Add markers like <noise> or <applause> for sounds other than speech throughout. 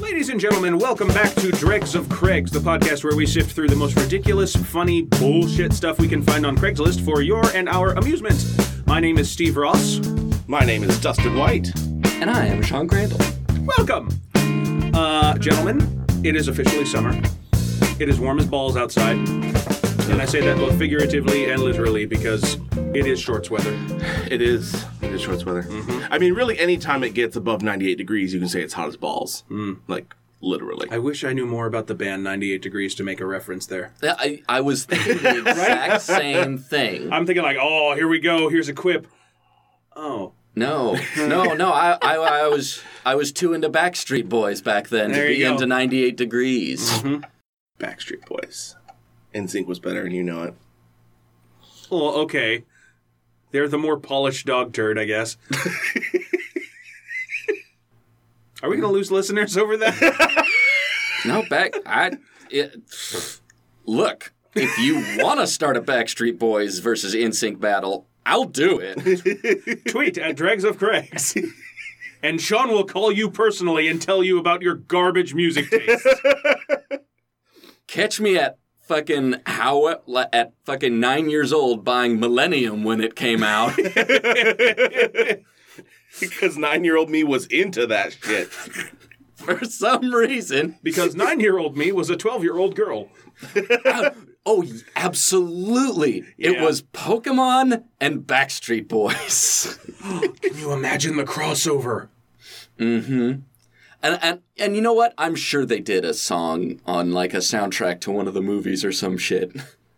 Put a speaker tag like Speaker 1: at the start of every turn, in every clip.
Speaker 1: Ladies and gentlemen, welcome back to Dregs of Craigs, the podcast where we sift through the most ridiculous, funny, bullshit stuff we can find on Craigslist for your and our amusement. My name is Steve Ross.
Speaker 2: My name is Dustin White.
Speaker 3: And I am Sean Crandall.
Speaker 1: Welcome! Uh, gentlemen, it is officially summer. It is warm as balls outside. And I say that both figuratively and literally because it is shorts weather.
Speaker 2: It is it is shorts weather. I mean, really, anytime it gets above 98 degrees, you can say it's hot as balls. Like literally.
Speaker 1: I wish I knew more about the band 98 Degrees to make a reference there.
Speaker 3: Yeah, I, I was
Speaker 1: <laughs>
Speaker 3: thinking the exact same thing.
Speaker 1: I'm thinking, like, oh, here we go, here's a quip. Oh,
Speaker 3: No, no, no. I, I, I was I was too into Backstreet Boys back then
Speaker 1: There
Speaker 3: to
Speaker 1: you
Speaker 3: be
Speaker 1: go. Mm-hmm.
Speaker 3: into 98 Degrees.
Speaker 2: Backstreet Boys. NSYNC was better, and you know it.
Speaker 1: Well, okay. They're the more polished dog turd, I
Speaker 2: <laughs>
Speaker 1: guess. Are we going to lose listeners over that? <laughs>
Speaker 3: No, back. I it, look. If you want to start a Backstreet Boys versus InSync battle, I'll do it.
Speaker 1: Tweet at Dregs of Craigs. And Sean will call you personally and tell you about your garbage music
Speaker 2: <laughs>
Speaker 1: taste.
Speaker 3: Catch me at fucking how at fucking nine years old buying Millennium when it
Speaker 1: <laughs>
Speaker 3: came out.
Speaker 2: <laughs> Because nine-year-old me was into that shit.
Speaker 3: For some reason,
Speaker 1: because nine year old me was a 12 year old girl.
Speaker 3: Oh, y- absolutely. It
Speaker 1: Yeah.
Speaker 3: was Pokemon and Backstreet Boys. <laughs>
Speaker 1: Can you imagine the crossover?
Speaker 3: And, and and you know what? I'm sure they did a song on like a soundtrack to one of the movies or some shit.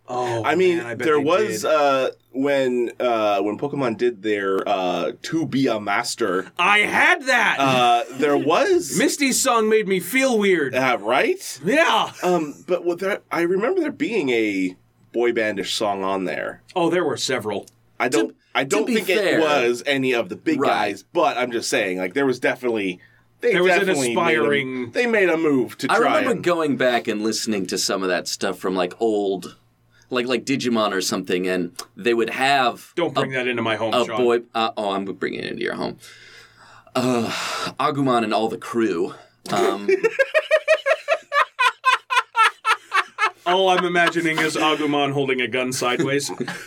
Speaker 1: Oh,
Speaker 2: I mean,
Speaker 1: man, I bet
Speaker 2: there
Speaker 1: they
Speaker 2: was
Speaker 1: did.
Speaker 2: uh, when uh, when Pokemon did their uh, "To Be a Master."
Speaker 1: I had that!
Speaker 2: <laughs> Uh, there was
Speaker 1: Misty's song made me feel weird.
Speaker 2: uh, right.
Speaker 1: yeah!
Speaker 2: Um, but with that, I remember there being a boy bandish song on there.
Speaker 1: Oh, there were several.
Speaker 2: I don't. I don't
Speaker 3: be
Speaker 2: think
Speaker 3: fair-
Speaker 2: it was any of the big
Speaker 3: Right.
Speaker 2: guys, but I'm just saying, like there was definitely they
Speaker 1: There was an
Speaker 2: definitely Made
Speaker 1: aspiring-
Speaker 2: a, they made a move to
Speaker 3: I
Speaker 2: try.
Speaker 3: remember
Speaker 2: and-
Speaker 3: going back and listening to some of that stuff from like old like like Digimon or something and they would have
Speaker 1: Don't bring that into my home,
Speaker 3: a
Speaker 1: Sean.
Speaker 3: boy uh, oh, I'm bringing it into your home. Uh, Agumon and all the crew.
Speaker 1: <laughs>
Speaker 3: Um,
Speaker 1: All I'm imagining is Agumon holding a gun sideways.
Speaker 2: <laughs>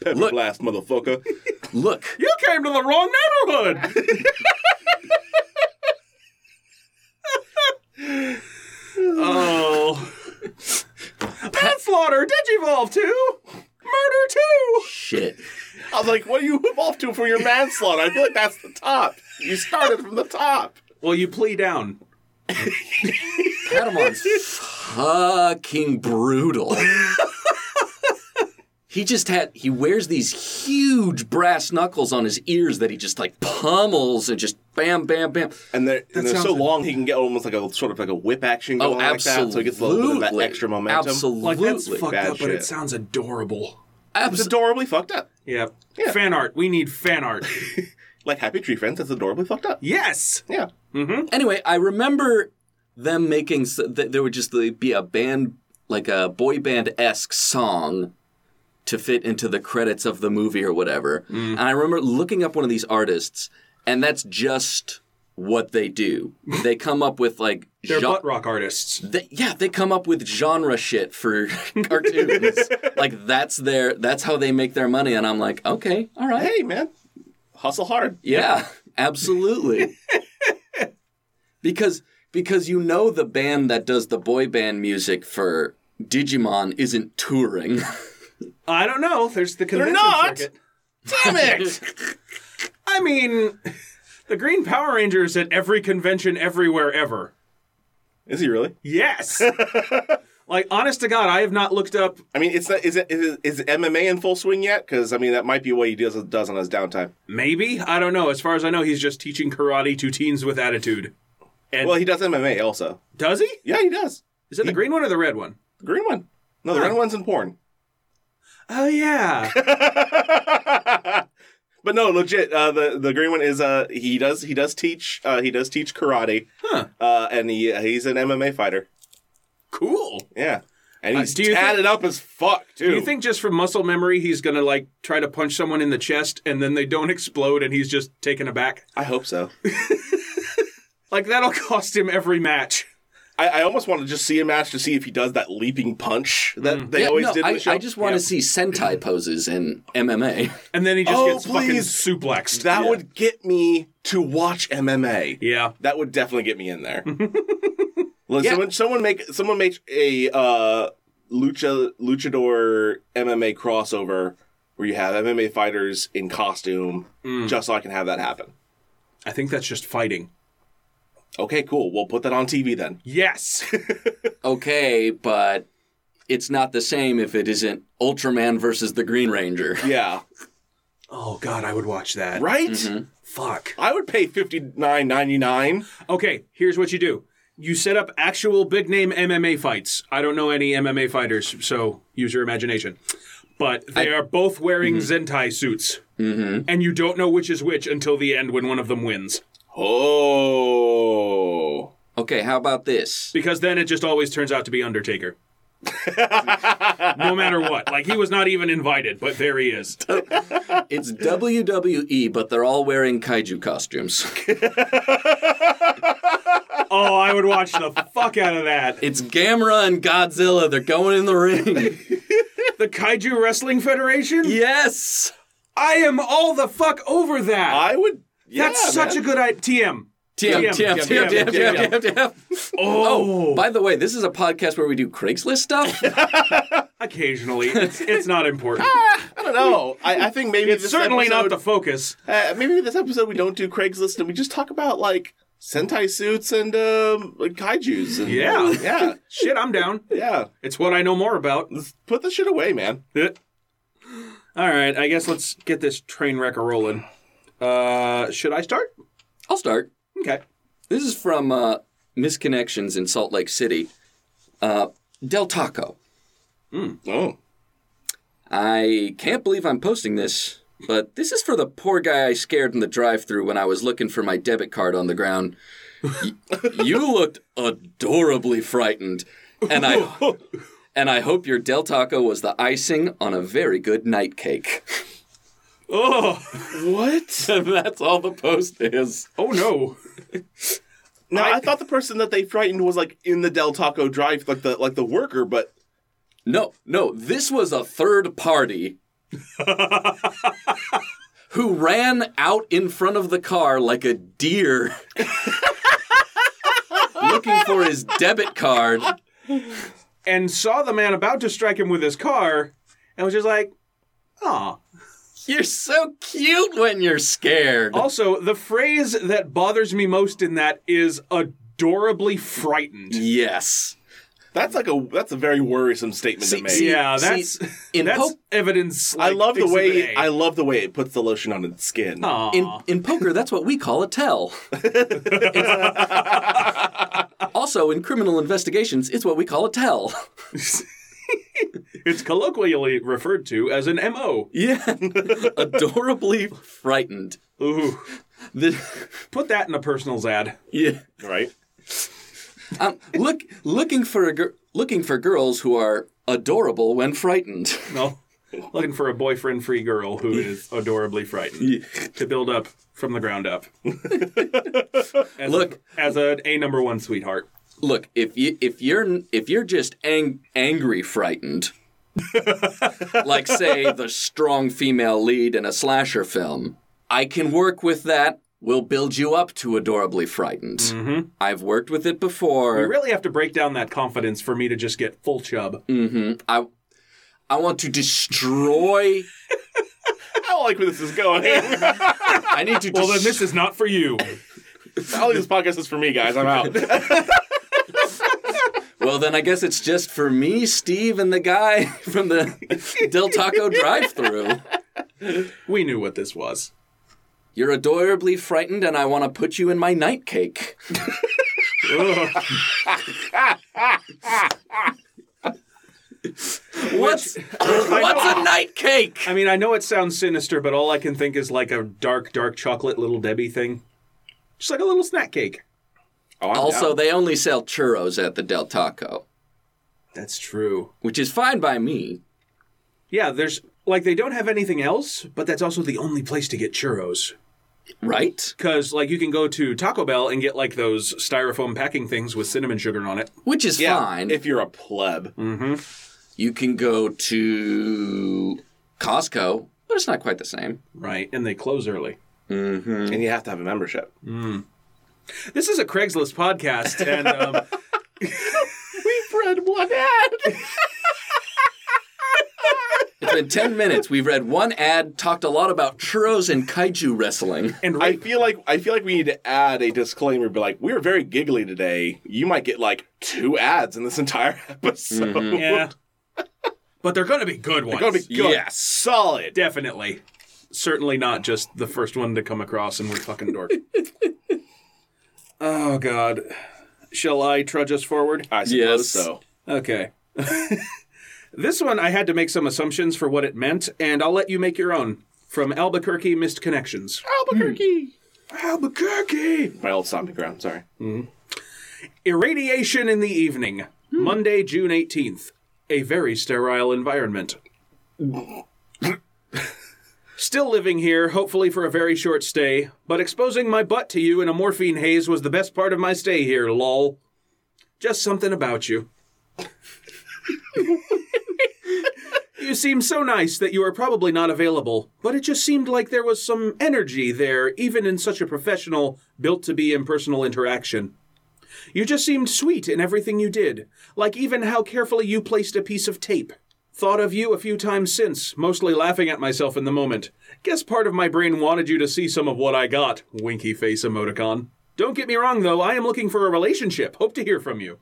Speaker 2: Pepper
Speaker 3: Look.
Speaker 2: blast, motherfucker.
Speaker 3: look,
Speaker 1: you came to the wrong neighborhood. oh. Manslaughter, Digivolve 2, Murder 2.
Speaker 3: shit.
Speaker 2: I was like, "What do you evolve to from your manslaughter?" I feel like that's the top. You started from the top.
Speaker 1: Well, you plea down.
Speaker 3: Patamon's
Speaker 2: <laughs>
Speaker 3: fucking brutal. He just had he wears these huge brass knuckles on his ears that he just like pummels and just bam bam bam.
Speaker 2: And they're, and they're so
Speaker 1: sounds-
Speaker 2: long, he can get almost like a sort of like a whip action going
Speaker 3: Oh,
Speaker 2: on
Speaker 3: absolutely.
Speaker 2: like that, so he gets a little bit of that extra momentum.
Speaker 3: Absolutely.
Speaker 1: Like, that's fucked
Speaker 2: bad
Speaker 1: up, but it
Speaker 2: shit.
Speaker 1: sounds adorable.
Speaker 2: It's
Speaker 3: Abs-
Speaker 2: adorably fucked up.
Speaker 1: Yeah. Fan art. We need fan art.
Speaker 2: Like Happy Tree Friends, that's adorably fucked up.
Speaker 1: yes.
Speaker 2: Yeah.
Speaker 3: anyway, I remember them making s- th- there would just be a band like a boy band esque song to fit into the credits of the movie or whatever.
Speaker 1: Mm.
Speaker 3: And I remember looking up one of these artists, and that's just what
Speaker 1: <laughs>
Speaker 3: they do. they come up with like
Speaker 1: They're
Speaker 3: gen-
Speaker 1: butt rock artists.
Speaker 3: they- yeah, they come up with genre
Speaker 1: <laughs>
Speaker 3: shit for cartoons. like that's their that's how they make their money. And I'm like, okay, all right,
Speaker 2: Hey, man, hustle hard.
Speaker 3: yeah,
Speaker 2: <laughs>
Speaker 3: absolutely. because because you know the band that does the boy band music for Digimon isn't touring.
Speaker 1: I don't know. There's the convention
Speaker 2: not.
Speaker 1: circuit.
Speaker 2: Damn it!
Speaker 3: <laughs>
Speaker 1: I mean, the Green Power Rangers at every convention, everywhere, ever.
Speaker 2: Is he really? <laughs>
Speaker 1: Yes. like, honest to God, I have not looked up.
Speaker 2: I mean, it's not, is it is, it- is MMA in full swing yet? Because I mean, that might be what he does does on his downtime.
Speaker 1: Maybe I don't know. As far as I know, he's just teaching karate to teens with attitude.
Speaker 2: Well, he does MMA also.
Speaker 1: Does he?
Speaker 2: Yeah, he does.
Speaker 1: Is it the green one or the red one?
Speaker 2: The green one. No, the red one's in porn. <laughs>
Speaker 1: Oh yeah.
Speaker 2: But no, legit. Uh, the the green one is uh he does he does teach uh, he does teach karate.
Speaker 1: Huh.
Speaker 2: Uh, and he he's an MMA fighter.
Speaker 1: cool.
Speaker 2: Yeah. and
Speaker 1: Uh,
Speaker 2: he's
Speaker 1: do you think-
Speaker 2: tatted up as fuck too.
Speaker 1: Do you think just from muscle memory he's gonna like try to punch someone in the chest and then they don't explode and he's just taken aback?
Speaker 2: I hope so.
Speaker 1: Like that'll <laughs> cost him every match.
Speaker 2: I, I almost want to just see a match to see if he does that leaping punch that <laughs>
Speaker 1: Mm.
Speaker 2: they
Speaker 3: Yeah,
Speaker 2: always
Speaker 3: no,
Speaker 2: did. In
Speaker 3: I,
Speaker 2: the show.
Speaker 3: I just want to see Sentai poses in
Speaker 2: <laughs>
Speaker 3: MMA.
Speaker 1: And then he just
Speaker 2: Oh,
Speaker 1: gets
Speaker 2: please.
Speaker 1: fucking suplexed.
Speaker 2: that would get me to watch MMA.
Speaker 1: yeah.
Speaker 2: That would definitely get me
Speaker 1: <laughs>
Speaker 2: in there. Look,
Speaker 3: Yeah.
Speaker 2: someone, someone make someone make a uh, lucha luchador MMA crossover where you have MMA fighters in costume,
Speaker 1: Hmm.
Speaker 2: just so I can have that happen.
Speaker 1: I think that's just fighting.
Speaker 2: Okay, cool. We'll put that on TV then.
Speaker 1: Yes. <laughs>
Speaker 3: okay, but it's not the same if it isn't Ultraman versus the Green Ranger.
Speaker 2: Yeah,
Speaker 1: oh god, I would watch that.
Speaker 2: right.
Speaker 1: Mm-hmm. Fuck.
Speaker 2: I would pay fifty nine ninety nine.
Speaker 1: Okay, here's what you do. You set up actual big name MMA fights. I don't know any MMA fighters, so use your imagination. But they are both wearing Zentai suits. Mm-hmm. And you don't know which is which until the end when one of them wins.
Speaker 2: Oh,
Speaker 3: Okay, how about this?
Speaker 1: Because then it just always turns out to be
Speaker 2: <laughs>
Speaker 1: Undertaker. no matter what. Like, he was not even invited, but there he is.
Speaker 2: <laughs>
Speaker 3: It's WWE, but they're all wearing kaiju costumes.
Speaker 1: Oh, I would watch the fuck out of
Speaker 2: <laughs>
Speaker 1: that.
Speaker 3: It's Gamera and Godzilla. They're going in the ring.
Speaker 1: The Kaiju Wrestling Federation?
Speaker 3: yes.
Speaker 1: I am all the fuck over that.
Speaker 2: I would.
Speaker 1: That's such a good idea. TM.
Speaker 3: TM, TM, TM, TM, TM, TM, TM.
Speaker 1: Oh,
Speaker 3: By the way, this is a podcast where we do Craigslist stuff.
Speaker 1: occasionally. It's, it's not
Speaker 2: <laughs>
Speaker 1: important.
Speaker 2: I don't know. I, I think maybe
Speaker 1: it's
Speaker 2: Ah, this
Speaker 1: certainly not
Speaker 2: episode,
Speaker 1: the focus.
Speaker 2: Uh, maybe this episode we don't do Craigslist and we just talk about like Sentai suits and um, like, kaiju's. And,
Speaker 1: Yeah.
Speaker 2: <laughs> yeah,
Speaker 1: Shit, I'm down.
Speaker 2: yeah.
Speaker 1: It's what I know more about.
Speaker 2: Let's put this shit away, man.
Speaker 1: Eh. All right, I guess let's get this train wreck a rolling. Uh, should I start?
Speaker 3: I'll start.
Speaker 1: Okay.
Speaker 3: This is from uh, Misconnections in Salt Lake City. Uh, Del Taco.
Speaker 2: Oh,
Speaker 3: I can't believe I'm posting this, but this is for the poor guy I scared in the drive thru when I was looking for my debit card on the ground. Y- <laughs> you looked adorably frightened, and I and I hope your Del Taco was the icing on a very good night cake.
Speaker 1: Oh,
Speaker 2: what?
Speaker 3: <laughs> That's all the post is.
Speaker 1: oh no.
Speaker 2: No, I, thought the person that they frightened was like in the Del Taco drive, like the like the worker, but
Speaker 3: No, no, this was a third party
Speaker 1: <laughs>
Speaker 3: who ran out in front of the car like
Speaker 1: <laughs>
Speaker 3: a deer looking for his debit card.
Speaker 1: And saw the man about to strike him with his car and was just like, ah.
Speaker 3: You're so cute when you're scared.
Speaker 1: Also, the phrase that bothers me most in that is adorably frightened.
Speaker 3: Yes.
Speaker 2: that's like a that's a very worrisome statement to make.
Speaker 1: see, Yeah, that's-
Speaker 3: in,
Speaker 1: That's
Speaker 3: po-
Speaker 1: evidence.
Speaker 2: I
Speaker 1: like,
Speaker 2: love the
Speaker 1: exhibit
Speaker 2: way
Speaker 1: A.
Speaker 2: I love the way it puts the lotion on its skin.
Speaker 1: Aw.
Speaker 3: in, in poker. That's what we call
Speaker 1: <laughs>
Speaker 3: a tell. also, in criminal investigations, it's what we call a tell.
Speaker 1: It's colloquially referred to as an MO.
Speaker 3: Yeah, <laughs> adorably frightened.
Speaker 1: Ooh.
Speaker 3: The- <laughs>
Speaker 1: Put that in a personal ad.
Speaker 3: yeah.
Speaker 2: Right? <laughs>
Speaker 3: Um, look, looking for a gir- looking for girls who are adorable when frightened. <laughs>
Speaker 1: No. Looking for a boyfriend free girl who is adorably frightened to build up from the ground up. as
Speaker 3: Look.
Speaker 1: a, as an A number one sweetheart.
Speaker 3: Look, if you if you're if you're just ang- angry
Speaker 1: <laughs>
Speaker 3: frightened, like say the strong female lead in a slasher film, I can work with that. We'll build you up to adorably frightened. I've worked with it before.
Speaker 1: Mm-hmm. You really have to break down that confidence for me to just get full chub.
Speaker 3: I I want to destroy.
Speaker 2: I don't like where this is going. <laughs> I
Speaker 3: I need to.
Speaker 1: <laughs> Well,
Speaker 3: des-
Speaker 1: then this is not for you.
Speaker 2: don't think this podcast is for me, guys. I'm
Speaker 1: <laughs>
Speaker 2: out.
Speaker 3: Well, then I guess it's just for me, Steve, and the guy <laughs> from the Del Taco drive-through.
Speaker 1: We knew what this was.
Speaker 3: You're adorably frightened, and I want to put you in my night cake.
Speaker 1: Ugh.
Speaker 3: What's <laughs> what's a night cake?
Speaker 1: I mean, I know it sounds sinister, but all I can think is like a dark, dark chocolate little Debbie thing. Just like a little snack cake.
Speaker 2: Oh, I'm
Speaker 3: Also,
Speaker 2: down.
Speaker 3: they only sell churros at the Del Taco.
Speaker 1: That's true.
Speaker 3: which is fine by me.
Speaker 1: Yeah, there's like they don't have anything else, but that's also the only place to get churros.
Speaker 3: Right?
Speaker 1: Because like you can go to Taco Bell and get like those styrofoam packing things with cinnamon sugar on it.
Speaker 3: Which is
Speaker 2: Yeah,
Speaker 3: fine.
Speaker 2: if you're a pleb.
Speaker 3: you can go to Costco, but it's not quite the same.
Speaker 1: Right, and they close early. Mm-hmm.
Speaker 2: And you have to have a membership.
Speaker 1: This is a Craigslist
Speaker 2: <laughs>
Speaker 1: podcast, and um,
Speaker 2: We've read one ad. <laughs>
Speaker 3: It's been 10 minutes. We've read one ad, talked a lot about churros and kaiju wrestling.
Speaker 1: and
Speaker 2: I
Speaker 1: rape.
Speaker 2: feel like I feel like we need to add a disclaimer, be like, we're very giggly today. You might get like two ads in this entire <laughs> episode.
Speaker 1: yeah, but they're gonna be good ones.
Speaker 2: Gonna be good.
Speaker 3: Mm-hmm. Yes.
Speaker 2: Solid.
Speaker 1: Definitely. Certainly not just the first one to come across and we're fucking
Speaker 2: <laughs>
Speaker 1: dork. oh god. Shall I trudge us forward?
Speaker 2: I suppose
Speaker 3: Yes.
Speaker 2: so.
Speaker 1: Okay. <laughs> this one I had to make some assumptions for what it meant, and I'll let you make your own. From Albuquerque Missed Connections.
Speaker 2: Albuquerque.
Speaker 1: Albuquerque!
Speaker 2: My old stomping ground, sorry.
Speaker 1: Irradiation in the evening. Monday, June 18th. A very sterile environment. Still living here, hopefully for a very short stay, but exposing my butt to you in a morphine haze was the best part of my stay here, lol. Just something about you. you seem so nice that you are probably not available, but it just seemed like there was some energy there, even in such a professional, built to be impersonal interaction. You just seemed sweet in everything you did, like even how carefully you placed a piece of tape. Thought of you a few times since, mostly laughing at myself in the moment. Guess part of my brain wanted you to see some of what I got. Winky face emoticon. Don't get me wrong, though, I am looking for a relationship. Hope to hear from you.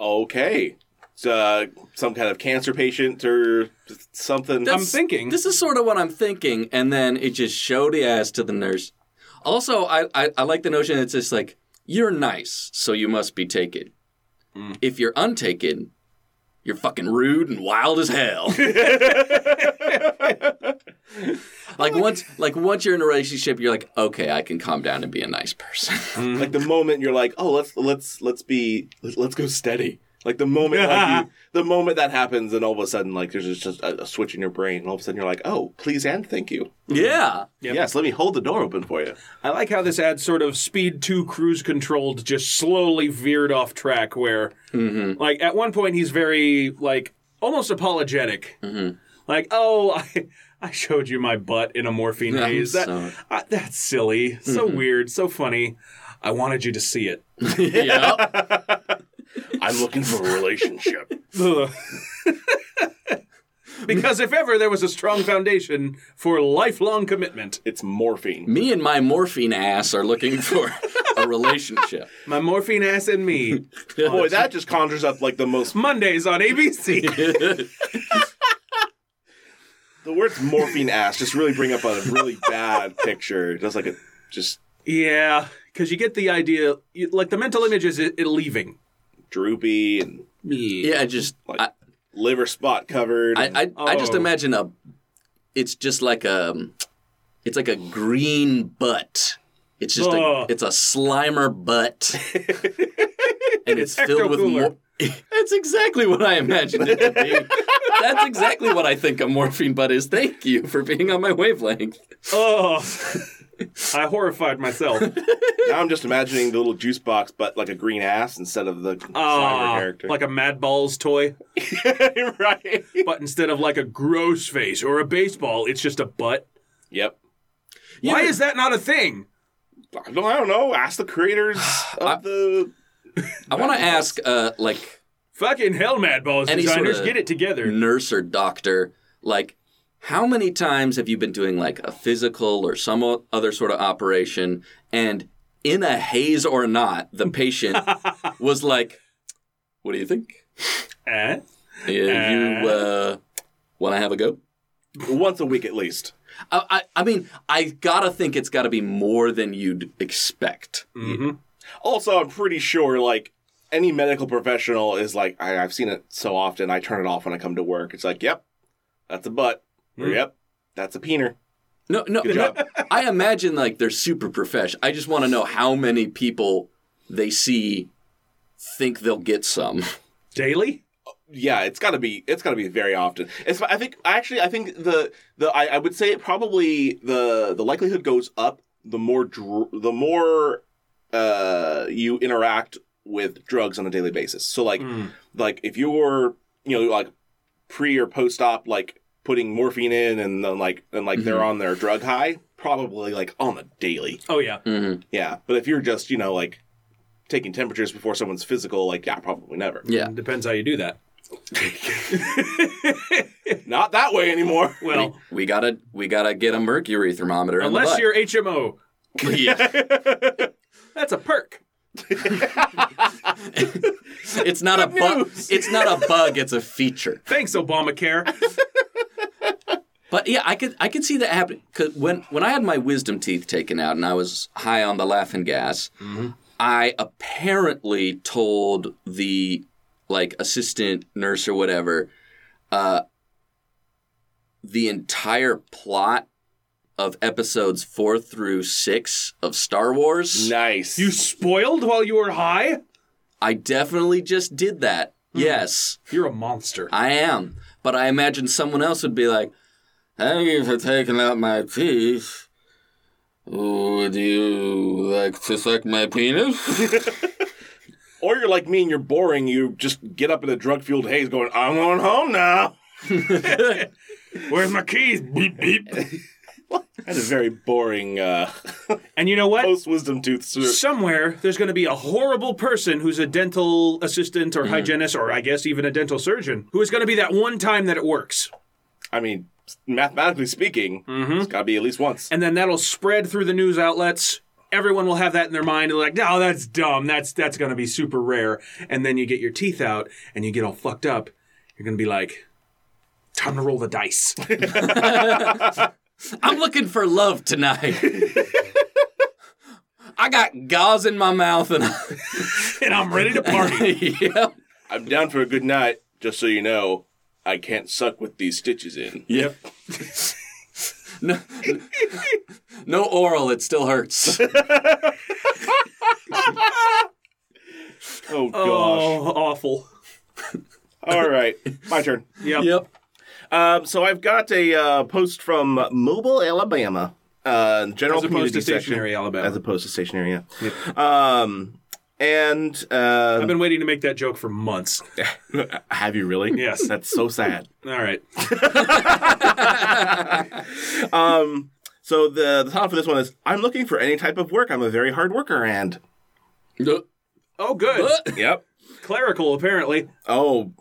Speaker 2: Okay. It's uh, some kind of cancer patient or something.
Speaker 1: I'm thinking.
Speaker 3: This is sort of what I'm thinking, and then it just showed the ass to the nurse. Also, I, I, I like the notion that it's just like, you're nice, so you must be taken.
Speaker 1: Mm.
Speaker 3: If you're untaken, you're fucking rude and wild
Speaker 1: <laughs>
Speaker 3: as hell. like once like once you're in a relationship, you're like, okay, I can calm down and be a nice person.
Speaker 2: like the moment you're like, oh, let's let's let's be let's, let's go steady. Like the moment, like
Speaker 3: <laughs>
Speaker 2: you, the moment that happens, and all of a sudden, like there's just- just a, a switch in your brain, and all of a sudden you're like, oh, please and thank you.
Speaker 3: yeah.
Speaker 2: Yes, let me hold the door open for you.
Speaker 1: I like how this ad sort of speed two cruise controlled just slowly veered off track where
Speaker 3: Mm-hmm.
Speaker 1: like at one point he's very like almost apologetic.
Speaker 3: Mm-hmm.
Speaker 1: Like, oh <laughs> I I showed you my butt in a morphine
Speaker 3: Yeah, I'm Mm-hmm.
Speaker 1: haze. That,
Speaker 3: sorry.
Speaker 1: I- that's silly. So weird, so funny. I wanted you to see
Speaker 3: <laughs>
Speaker 1: it.
Speaker 3: <laughs> Yeah.
Speaker 2: I'm looking for a relationship.
Speaker 1: Ugh. because if ever there was a strong foundation for lifelong commitment,
Speaker 2: it's morphine.
Speaker 3: Me and my morphine ass are looking for
Speaker 1: <laughs>
Speaker 3: a relationship.
Speaker 1: my morphine ass and
Speaker 3: <laughs>
Speaker 1: me.
Speaker 2: <laughs> Boy, that just conjures up like the most.
Speaker 1: Mondays on ABC.
Speaker 2: The words morphine ass just really bring up a really bad picture. Just like a just
Speaker 1: Yeah, because you get the idea, you, like the mental image is it, it leaving.
Speaker 2: droopy and
Speaker 1: Me.
Speaker 3: Yeah, just
Speaker 2: like
Speaker 3: I,
Speaker 2: liver spot covered. and-
Speaker 3: I, I, I just
Speaker 1: Oh.
Speaker 3: imagine a. It's just like a. It's like a green butt. It's just a.
Speaker 1: Ugh.
Speaker 3: It's a slimer butt. and
Speaker 1: It's
Speaker 3: it's, filled with.
Speaker 1: Ecto-Cooler.
Speaker 3: Mor- <laughs> That's exactly what I imagined it to be. That's exactly what I think a morphine butt is. Thank you for being on my wavelength.
Speaker 1: Oh, <laughs> I horrified
Speaker 3: <laughs>
Speaker 1: myself.
Speaker 2: Now I'm just imagining the little juice box, but like a green ass instead of the
Speaker 1: Ah,
Speaker 2: Slimer character.
Speaker 1: like <laughs> a Mad Balls toy,
Speaker 2: right.
Speaker 1: but instead of like a gross face or a baseball, it's just a butt.
Speaker 2: Yep.
Speaker 3: You
Speaker 1: Why
Speaker 3: know-
Speaker 1: is that not a thing?
Speaker 2: I don't, I don't know. Ask the creators of
Speaker 3: I-
Speaker 2: the.
Speaker 3: I want to ask, uh, like,
Speaker 1: Fucking hell, Mad Balls
Speaker 3: Any
Speaker 1: designers,
Speaker 3: sorta-
Speaker 1: get it together.
Speaker 3: nurse or doctor, like how many times have you been doing like a physical or some o- other sort of operation and in a haze or not, the patient was like, "What do you think?
Speaker 1: Eh?
Speaker 3: Uh, you uh, want to have a go?"
Speaker 2: Once a week at least.
Speaker 3: I, I, I mean, I gotta think it's gotta be more than you'd expect.
Speaker 1: Mm-hmm.
Speaker 2: Also, I'm pretty sure like any medical professional is like, I, I've seen it so often, I turn it off when I come to work. It's like, yep, that's a butt. Or, yep, that's a peener.
Speaker 3: No, no, no. <laughs> I imagine like they're super professional. I just want to know how many people they see think they'll get some. <laughs>
Speaker 1: daily?
Speaker 2: yeah, it's got to be it's got to be very often. It's, I think actually I think the the I, I would say it probably the the likelihood goes up the more dr- the more uh, you interact with drugs on a daily basis. So like like if you're you know like pre or post op like putting morphine in and then like and like they're on their drug high probably like on the daily.
Speaker 1: Oh yeah.
Speaker 3: Mhm.
Speaker 2: Yeah, but if you're just you know like taking temperatures before someone's physical like yeah probably never.
Speaker 3: Yeah.
Speaker 1: Depends how you do that. <laughs>
Speaker 2: Not that way anymore.
Speaker 1: Well,
Speaker 3: We gotta we gotta get a mercury thermometer.
Speaker 1: unless
Speaker 3: in
Speaker 1: you're HMO,
Speaker 3: the butt.
Speaker 1: <laughs>
Speaker 3: <laughs> yeah.
Speaker 1: that's a perk.
Speaker 3: it's not a bug. It's not a bug. It's a feature.
Speaker 1: Thanks,
Speaker 3: <laughs>
Speaker 1: Obamacare.
Speaker 3: But yeah, I could I could see that happening. Cause when when I had my wisdom teeth taken out and I was high on the laughing gas,
Speaker 1: Mm-hmm.
Speaker 3: I apparently told the like assistant nurse or whatever uh, the entire plot of episodes four through six of Star Wars.
Speaker 2: Nice.
Speaker 1: you spoiled while you were high?
Speaker 3: I definitely just did that. Yes.
Speaker 1: You're a monster.
Speaker 3: I am. But I imagine someone else would be like, Thank you for taking out my teeth. Would you like to suck my <laughs> penis?
Speaker 2: or you're like me and you're boring. You just get up in a drug fueled haze, going, "I'm going home now."
Speaker 1: <laughs> Where's my keys? Beep beep.
Speaker 2: That's a very boring uh, <laughs>
Speaker 1: And you know what?
Speaker 2: post wisdom tooth. sur-
Speaker 1: somewhere there's going to be a horrible person who's a dental assistant or hygienist or I guess even a dental surgeon who is going to be that one time that it works.
Speaker 2: I mean, mathematically speaking, it's got to be at least once.
Speaker 1: Mm-hmm. And then that'll spread through the news outlets. Everyone will have that in their mind and like, "No, that's dumb. That's that's going to be super rare." And then you get your teeth out and you get all fucked up. You're going to be like, "Time to roll the dice." <laughs>
Speaker 3: I'm looking for love tonight. I got gauze in my mouth and <laughs>
Speaker 1: and I'm ready to <laughs> party.
Speaker 3: yeah,
Speaker 2: I'm down for a good night. Just so you know, I can't suck with these stitches in.
Speaker 3: yep. No, no oral, it still <laughs> hurts.
Speaker 2: Oh gosh.
Speaker 1: oh, awful.
Speaker 2: All right,
Speaker 1: <laughs>
Speaker 2: my turn.
Speaker 1: Yep.
Speaker 3: Yep.
Speaker 2: Um, so I've got a uh, post from Mobile, Alabama, uh, general
Speaker 1: As opposed
Speaker 2: community
Speaker 1: to
Speaker 2: section.
Speaker 1: stationary Alabama.
Speaker 2: as opposed to stationary. Yeah. Um, and uh,
Speaker 1: I've been waiting to make that joke for months.
Speaker 2: <laughs> Have you really?
Speaker 1: Yes.
Speaker 2: That's so sad.
Speaker 1: All right.
Speaker 2: So the the title for this one is I'm looking for any type of work. I'm a very hard worker and
Speaker 1: Oh, good.
Speaker 2: Yep.
Speaker 1: Clerical, apparently.
Speaker 2: Oh,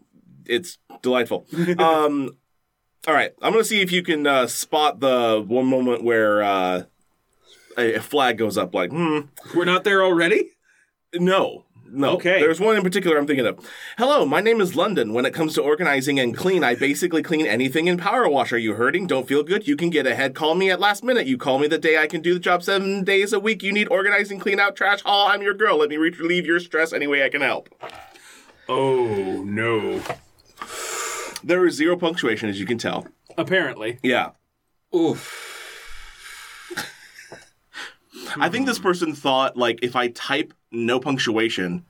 Speaker 2: it's delightful. um all right, I'm going to see if you can uh, spot the one moment where uh, a, a flag goes up like, "Hmm,
Speaker 1: We're not there already?
Speaker 2: No. No.
Speaker 1: Okay.
Speaker 2: There's one in particular I'm thinking of. Hello, my name is London. When it comes to organizing and clean, I basically clean anything in power wash. Are you hurting? Don't feel good? You can get ahead. Call me at last minute. You call me the day I can do the job seven days a week. You need organizing, clean out, trash haul. I'm your girl. Let me re- relieve your stress any way I can help.
Speaker 1: Oh, no.
Speaker 2: There is zero punctuation, as you can tell.
Speaker 1: Apparently.
Speaker 2: Yeah.
Speaker 3: Oof.
Speaker 2: I think this person thought, like, if I type no punctuation,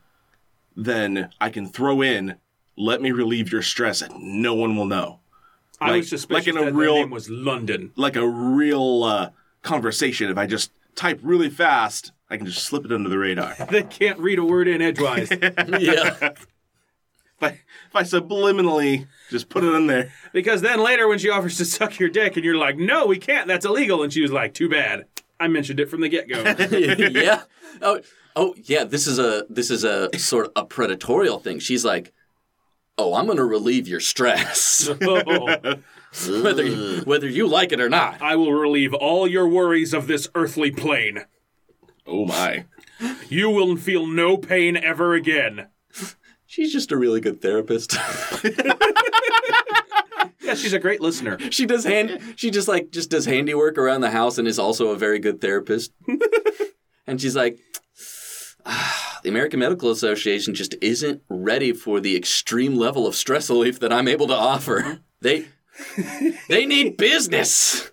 Speaker 2: then I can throw in, let me relieve your stress, and no one will know.
Speaker 1: I
Speaker 2: Like-
Speaker 1: was suspicious
Speaker 2: like in a
Speaker 1: that
Speaker 2: real-
Speaker 1: the name was London.
Speaker 2: like a real uh, conversation. If I just type really fast, I can just slip it under
Speaker 1: <laughs>
Speaker 2: the radar. if,
Speaker 1: They can't read a word in
Speaker 2: <laughs>
Speaker 1: edgewise.
Speaker 3: Yeah.
Speaker 2: I, if I subliminally just put it in there,
Speaker 1: because then later when she offers to suck your dick and you're like, no, we can't. That's illegal. And she was like, too bad. I mentioned it from the
Speaker 2: <laughs>
Speaker 1: get-go.
Speaker 3: <laughs> yeah. Oh, oh yeah. This is a this is a sort of a predatorial thing. She's like, "Oh, I'm going to relieve your stress, <laughs>
Speaker 1: oh,
Speaker 3: whether you, whether you like it or not."
Speaker 1: I will relieve all your worries of this earthly plane.
Speaker 2: oh my.
Speaker 1: You will feel no pain ever again.
Speaker 3: She's just a really good therapist. <laughs>
Speaker 1: Yeah, she's a great listener.
Speaker 3: she does hand. She just like just does handiwork around the house and is also a very good <laughs> therapist. and she's like. "Ah, The American Medical Association just isn't ready for the extreme level of stress relief that I'm able to offer. They they need business.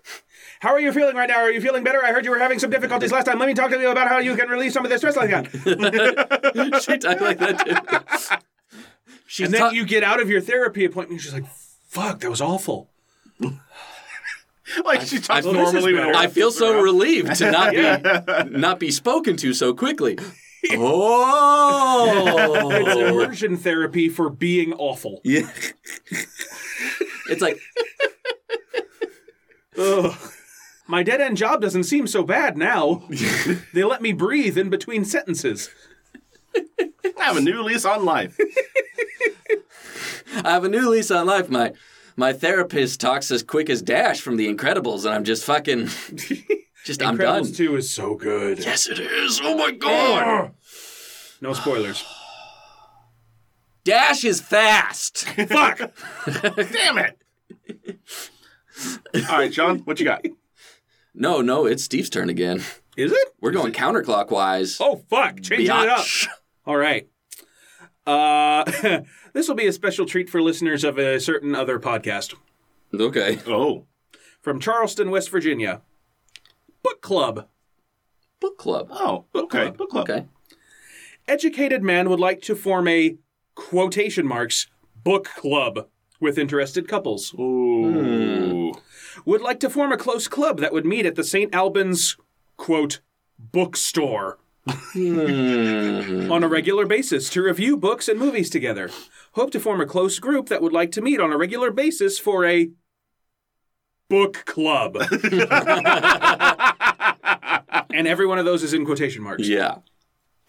Speaker 1: How are you feeling right now? Are you feeling better? I heard you were having some difficulties last time. Let me talk to you about
Speaker 3: <laughs>
Speaker 1: how you can relieve some of the stress like that. <laughs>
Speaker 3: she talked like that too. She's
Speaker 1: and then
Speaker 3: ta-
Speaker 1: you get out of your therapy appointment, and she's like, "Fuck, that was awful."
Speaker 2: <laughs> Like she talks
Speaker 3: I-
Speaker 2: normally.
Speaker 1: this is
Speaker 2: when
Speaker 1: better.
Speaker 2: her
Speaker 3: I feel
Speaker 2: kids
Speaker 1: <laughs>
Speaker 3: so
Speaker 2: are up.
Speaker 3: relieved to not be not be spoken to so
Speaker 1: <laughs>
Speaker 3: quickly. <laughs> Oh,
Speaker 1: Immersion therapy for being awful.
Speaker 3: yeah. It's like
Speaker 1: Ugh. <laughs> My dead end job doesn't seem so bad
Speaker 3: <laughs>
Speaker 1: now. they let me breathe in between sentences.
Speaker 2: I have a new lease on <laughs> life.
Speaker 3: I have a new lease on life. My my therapist talks as quick as Dash from The Incredibles, and I'm just
Speaker 1: <laughs>
Speaker 3: fucking just I'm done.
Speaker 1: Incredibles 2 is so good.
Speaker 3: Yes, it is. Oh my god.
Speaker 1: <laughs> No spoilers.
Speaker 3: <sighs> Dash is fast.
Speaker 1: Fuck!
Speaker 2: Damn it! All right, Sean, what you got?
Speaker 3: no, no, it's Steve's turn again.
Speaker 1: Is it?
Speaker 3: We're going counterclockwise.
Speaker 1: Oh, fuck. Changing it up.
Speaker 3: Biatch.
Speaker 1: All right. Uh, <laughs> this will be a special treat for listeners of a certain other podcast.
Speaker 3: <laughs> Okay.
Speaker 2: Oh,
Speaker 1: From Charleston, West Virginia. Book Club.
Speaker 3: Book club.
Speaker 2: oh, okay, book club.
Speaker 3: Okay.
Speaker 1: Educated man would like to form a quotation marks book club with interested couples.
Speaker 2: Ooh,
Speaker 1: would like to form a close club that would meet at the St. Albans, quote, bookstore
Speaker 3: Mm-hmm.
Speaker 1: on a regular basis to review books and movies together. Hope to form a close group that would like to meet on a regular basis for a book
Speaker 3: <laughs>
Speaker 1: club. and every one of those is in quotation marks.
Speaker 3: Yeah.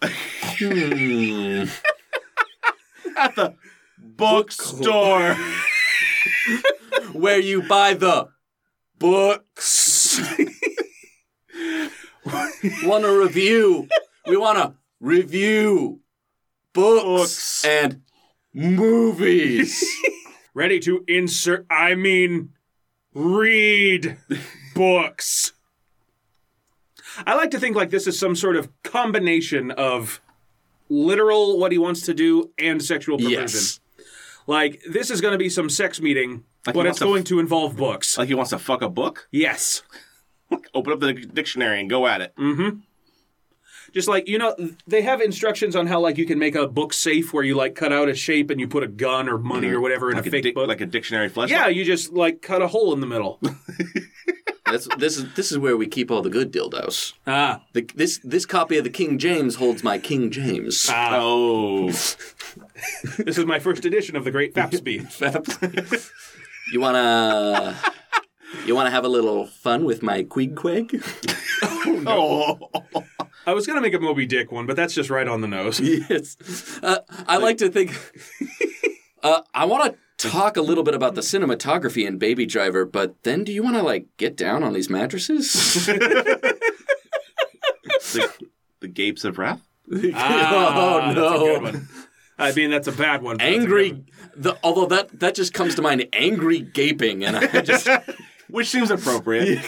Speaker 3: Hmm.
Speaker 2: at the bookstore.
Speaker 3: Where you buy the books. want to review. We want to review books,
Speaker 2: Books.
Speaker 3: and movies.
Speaker 1: Ready to insert, I mean, read books. I like to think like this is some sort of combination of literal what he wants to do and sexual perversion.
Speaker 3: yes.
Speaker 1: Like this is going to be some sex meeting,
Speaker 2: Like
Speaker 1: but
Speaker 2: he
Speaker 1: it's
Speaker 2: wants to f-
Speaker 1: going to involve books.
Speaker 2: <laughs> like he wants to fuck a book.
Speaker 1: yes.
Speaker 2: Open up the dictionary and go at it.
Speaker 1: Mm, Just like you know, they have instructions on how like you can make a book safe where you like cut out a shape and you put a gun or money or whatever in
Speaker 2: Like
Speaker 1: a
Speaker 2: a,
Speaker 1: fake
Speaker 2: dic-
Speaker 1: book.
Speaker 2: like a dictionary flesh.
Speaker 1: yeah, you just like cut a hole in the
Speaker 2: <laughs>
Speaker 1: middle.
Speaker 3: That's, this is this is where we keep all the good dildos.
Speaker 1: ah,
Speaker 3: The, this this copy of the King James holds my King James.
Speaker 1: <laughs>
Speaker 2: Oh,
Speaker 1: this is my first edition of the Great Fapsby.
Speaker 3: You wanna you wanna have a little fun with my quigqueg?
Speaker 1: <laughs>
Speaker 2: <laughs> oh.
Speaker 1: I was gonna make a Moby Dick one, but that's just right on the nose.
Speaker 3: yes. Uh, I like to think. uh, I want to talk a little bit about the cinematography in Baby Driver, but then do you want to like get down on
Speaker 1: <laughs>
Speaker 3: these mattresses? Oh,
Speaker 2: the, the gapes of wrath. <laughs>
Speaker 1: Ah,
Speaker 3: oh
Speaker 1: that's a good
Speaker 3: no!
Speaker 1: one. I mean, that's a bad one. but that's a good
Speaker 3: Angry.
Speaker 1: one.
Speaker 3: The, although that that just comes to mind, angry gaping, and I just
Speaker 2: Which seems <laughs> appropriate.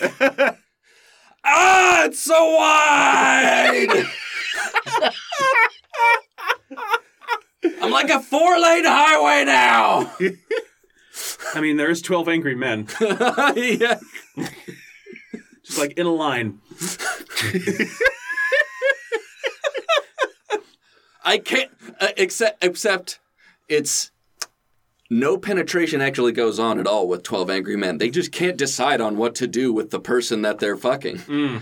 Speaker 3: ah, it's so wide. I'm like a four lane highway now.
Speaker 1: I mean, there is twelve angry men,
Speaker 3: <laughs> yeah.
Speaker 1: just like in a line.
Speaker 3: I can't uh, except except it's no penetration actually goes on at all with 12 angry men. They just can't decide on what to do with the person that they're fucking.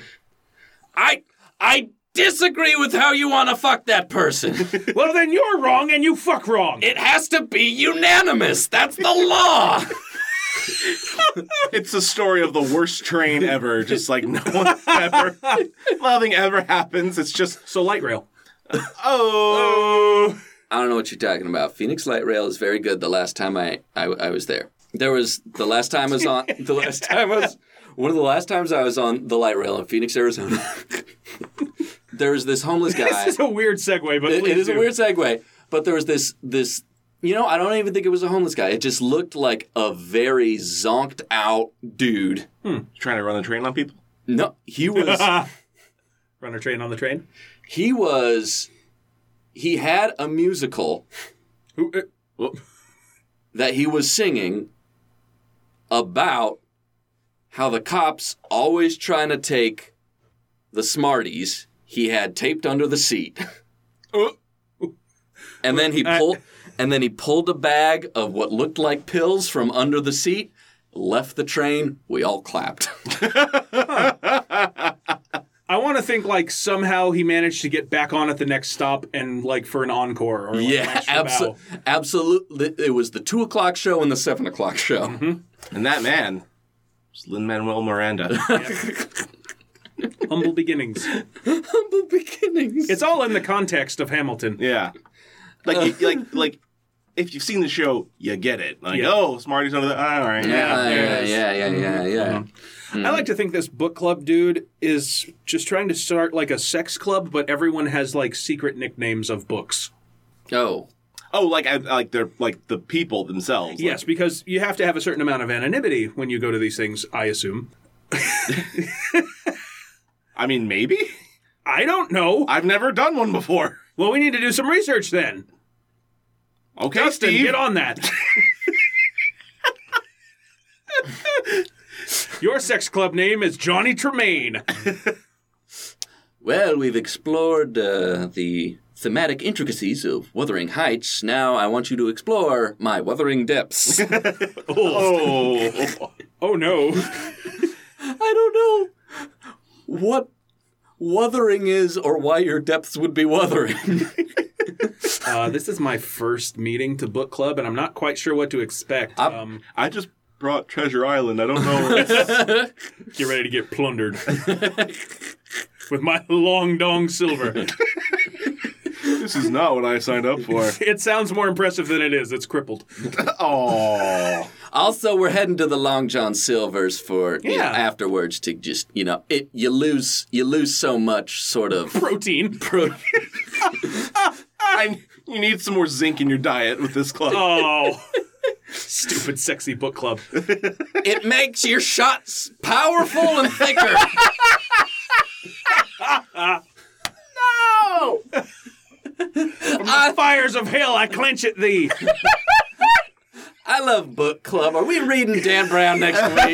Speaker 3: I I disagree with how you want to fuck that person. <laughs>
Speaker 1: well, then you're wrong, and you fuck
Speaker 2: <laughs>
Speaker 1: wrong.
Speaker 3: it has to be unanimous. That's the law.
Speaker 2: It's the story of the worst train ever. Just like no one <laughs> ever, nothing ever happens. It's just
Speaker 1: so light rail.
Speaker 2: oh,
Speaker 3: I don't know what you're talking about. Phoenix Light Rail is very good. The last time I, I, I was there, there was the last time I was on the last time I was one of the last times I was on the light rail in Phoenix, Arizona. <laughs> there was this homeless guy.
Speaker 1: This is a weird segue, but
Speaker 3: It-
Speaker 1: please
Speaker 3: it is a
Speaker 1: do. <laughs>
Speaker 3: weird segue, but there was this this. You know, I don't even think it was a homeless guy. It just looked like a very zonked out dude.
Speaker 2: trying to run the train on people.
Speaker 3: No, he was
Speaker 1: <laughs> runner train on the train.
Speaker 3: he was he had a musical
Speaker 1: Who, uh,
Speaker 3: that he was singing about how the cops always trying to take the
Speaker 1: uh,
Speaker 3: smarties he had taped under the seat.
Speaker 2: Oh.
Speaker 1: <laughs>
Speaker 3: And then he pulled And then he pulled a bag of what looked like pills from under the seat, left the train. We
Speaker 1: <laughs>
Speaker 3: all clapped.
Speaker 1: I want to think like somehow he managed to get back on at the next stop and like for an encore or like,
Speaker 3: <laughs>
Speaker 1: an
Speaker 3: yeah,
Speaker 1: extra bow.
Speaker 3: absolutely. Absolutely. It was the two o'clock show and the seven o'clock show.
Speaker 1: Mm-hmm.
Speaker 2: And that man was Lin Manuel <laughs> Miranda.
Speaker 1: humble beginnings.
Speaker 3: <laughs> Humble beginnings.
Speaker 1: It's all in the context of Hamilton.
Speaker 2: yeah. Like, you- like, like, if you've seen the show, you get it. Like,
Speaker 1: Yeah.
Speaker 2: oh, Smarty's under the. All right.
Speaker 3: yeah,
Speaker 1: there
Speaker 3: yeah,
Speaker 1: it is. Mm-hmm.
Speaker 3: yeah, yeah, yeah, yeah.
Speaker 1: I like to think this book club dude is just trying to start like a sex club, but everyone has like secret nicknames of books.
Speaker 3: Oh,
Speaker 2: Oh, like, I, like they're like the people themselves. Like,
Speaker 1: Yes, because you have to have a certain amount of anonymity when you go to these things, I assume.
Speaker 2: I mean, maybe.
Speaker 1: I don't know.
Speaker 2: I've never done one before.
Speaker 1: Well, we need to do some research then.
Speaker 2: Okay,
Speaker 1: Dustin,
Speaker 2: Steve.
Speaker 1: get on that. Your sex club name is Johnny Tremaine.
Speaker 3: Well, we've explored uh, the thematic intricacies of Wuthering Heights. Now I want you to explore my Wuthering Depths. I
Speaker 2: <laughs> Oh.
Speaker 1: Oh no.
Speaker 3: don't know what Wuthering is or why your depths would be Wuthering.
Speaker 1: Uh, this is my first meeting to book club, and I'm not quite sure what to expect. Um,
Speaker 2: I just brought Treasure Island. I don't <laughs> know.
Speaker 1: get ready to get plundered <laughs> with my long dong silver.
Speaker 2: this is not what I signed up <laughs> for.
Speaker 1: It sounds more impressive than it is. It's crippled.
Speaker 2: Oh.
Speaker 3: also, we're heading to the Long John Silvers for you know,
Speaker 1: Yeah.
Speaker 3: afterwards to just you know it you lose you lose so much sort of. <laughs>
Speaker 1: Protein.
Speaker 3: pro-
Speaker 2: I, you need some more zinc in your diet with this club.
Speaker 1: Oh, stupid sexy book club.
Speaker 3: it makes your shots powerful and thicker. <laughs>
Speaker 2: Oh!
Speaker 3: I
Speaker 1: Fires of hell, I clench at thee.
Speaker 3: I love book club. Are we reading Dan Brown next
Speaker 2: <laughs>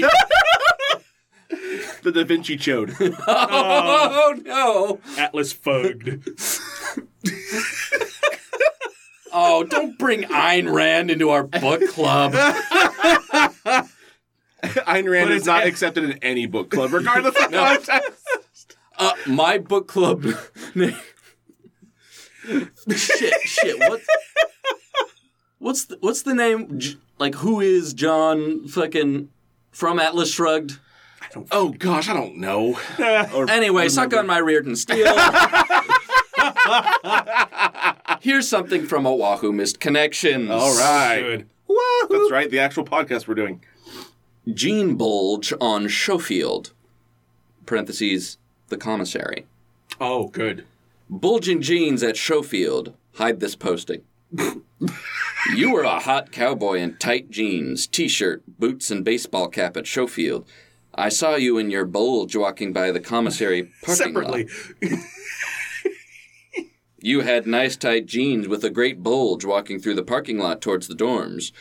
Speaker 3: week?
Speaker 2: The Da Vinci <laughs> Chode.
Speaker 3: oh no!
Speaker 1: Atlas fogged.
Speaker 3: Oh, don't bring Ayn Rand into our book club.
Speaker 2: Ayn Rand
Speaker 1: But
Speaker 2: is
Speaker 1: it's
Speaker 2: not
Speaker 1: e-
Speaker 2: accepted in any book club, regardless <laughs> of context.
Speaker 3: Uh, my book club. <laughs> name- shit, shit. What? What's the, what's the name? J- Like, who is John fucking from Atlas Shrugged?
Speaker 2: Oh gosh, I don't know.
Speaker 3: Anyway, suck on my
Speaker 2: <laughs>
Speaker 3: Reardon Steel. Here's something from Oahu Missed Connections.
Speaker 2: All right,
Speaker 1: Good.
Speaker 2: that's right. The actual podcast we're doing.
Speaker 3: Gene Bulge on Schofield. Parentheses, the commissary.
Speaker 1: Oh, good.
Speaker 3: Bulging jeans at Schofield. Hide this posting. you were a hot cowboy in tight jeans, t shirt, boots, and baseball cap at Schofield. I saw you in your bulge walking by the commissary parking
Speaker 1: Separately.
Speaker 3: lot. You had nice tight jeans with a great bulge walking through the parking lot towards the dorms.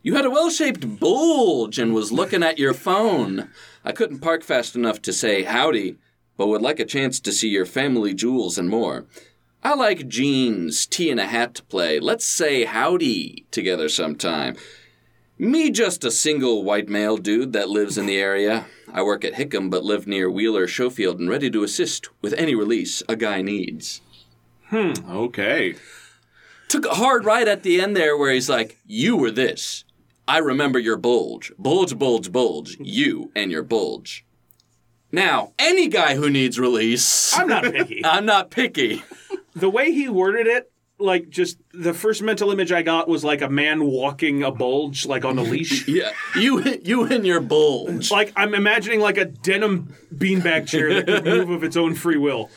Speaker 3: You had a well shaped bulge and was looking at your phone. I couldn't park fast enough to say howdy, but would like a chance to see your family jewels and more. I like jeans, tea, and a hat to play. Let's say howdy together sometime. Me, just a single white male dude that lives in the area. I work at Hickam but live near Wheeler Schofield and ready to assist with any release a guy needs
Speaker 2: Okay.
Speaker 3: took a hard right at the end there where he's like, You were this. I remember your bulge. Bulge, bulge, bulge. You and your bulge. Now, any guy who needs release,
Speaker 1: I'm not
Speaker 2: <laughs>
Speaker 1: picky.
Speaker 3: I'm not picky.
Speaker 1: the way he worded it, like just the first mental image I got was like a man walking a bulge, like on a
Speaker 2: <laughs>
Speaker 1: leash.
Speaker 3: Yeah, you you and your bulge.
Speaker 1: like I'm imagining like a denim beanbag chair that could move of its own free
Speaker 2: <laughs>
Speaker 1: will.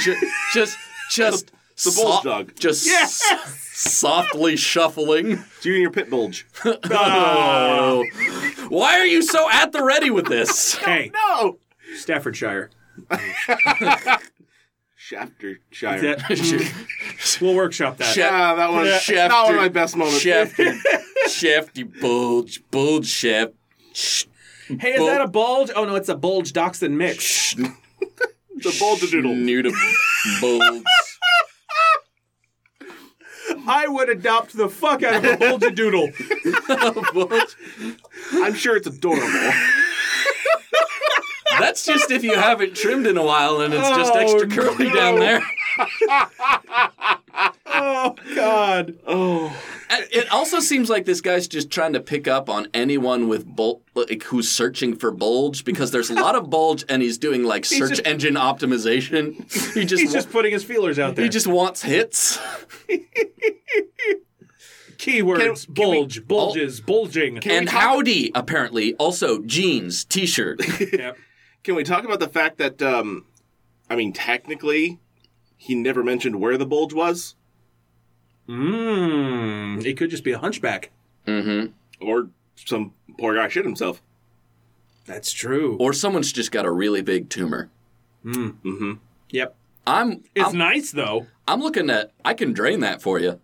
Speaker 3: Ju- just, just
Speaker 2: the bulge dog.
Speaker 3: Just
Speaker 1: Yes!
Speaker 3: softly shuffling.
Speaker 2: So you and your pit bulge.
Speaker 1: Uh,
Speaker 3: Oh, why are you so at the ready
Speaker 2: <laughs>
Speaker 3: with this?
Speaker 1: Hey,
Speaker 2: No.
Speaker 1: Staffordshire.
Speaker 2: Shafter Shire.
Speaker 1: That- we'll workshop that.
Speaker 3: Shep-
Speaker 2: ah, that one.
Speaker 3: Shafter-
Speaker 2: Not one of my best moments.
Speaker 3: Shafty, shafty bulge, bulge shaft. Sh-
Speaker 1: Hey, is that a bulge? Oh no, it's a bulge dachshund mix.
Speaker 3: sh- <laughs>
Speaker 2: The bulge doodle.
Speaker 3: New to bulge.
Speaker 1: I would adopt the fuck out of a Boljadoodle.
Speaker 2: <laughs> I'm sure it's <laughs> adorable.
Speaker 3: That's just if you haven't trimmed in a while and it's just
Speaker 1: Oh,
Speaker 3: extra curly
Speaker 1: no.
Speaker 3: down there.
Speaker 1: Oh God.
Speaker 2: oh,
Speaker 3: And It also seems like this guy's just trying to pick up on anyone with bul- like who's searching for bulge because there's a lot of bulge and he's doing like search
Speaker 1: just-
Speaker 3: engine optimization. He just,
Speaker 1: He's
Speaker 3: wa-
Speaker 1: just putting his feelers out there.
Speaker 3: he just wants hits.
Speaker 1: Keywords:
Speaker 2: Can- can we-
Speaker 1: bulge, bulges, bulging.
Speaker 2: we
Speaker 3: and
Speaker 2: talk- <laughs>
Speaker 3: howdy apparently also jeans, t-shirt.
Speaker 1: Yep.
Speaker 2: can we talk about the fact that, um, I mean, technically, he never mentioned where the bulge was,
Speaker 1: Mmm. It could just be a hunchback.
Speaker 3: Mm-hmm.
Speaker 2: or some poor guy shit himself.
Speaker 1: That's true.
Speaker 3: or someone's just got a really big tumor.
Speaker 1: yep.
Speaker 3: I'm
Speaker 1: It's
Speaker 3: I'm,
Speaker 1: nice though.
Speaker 3: I'm looking at I can drain that for you.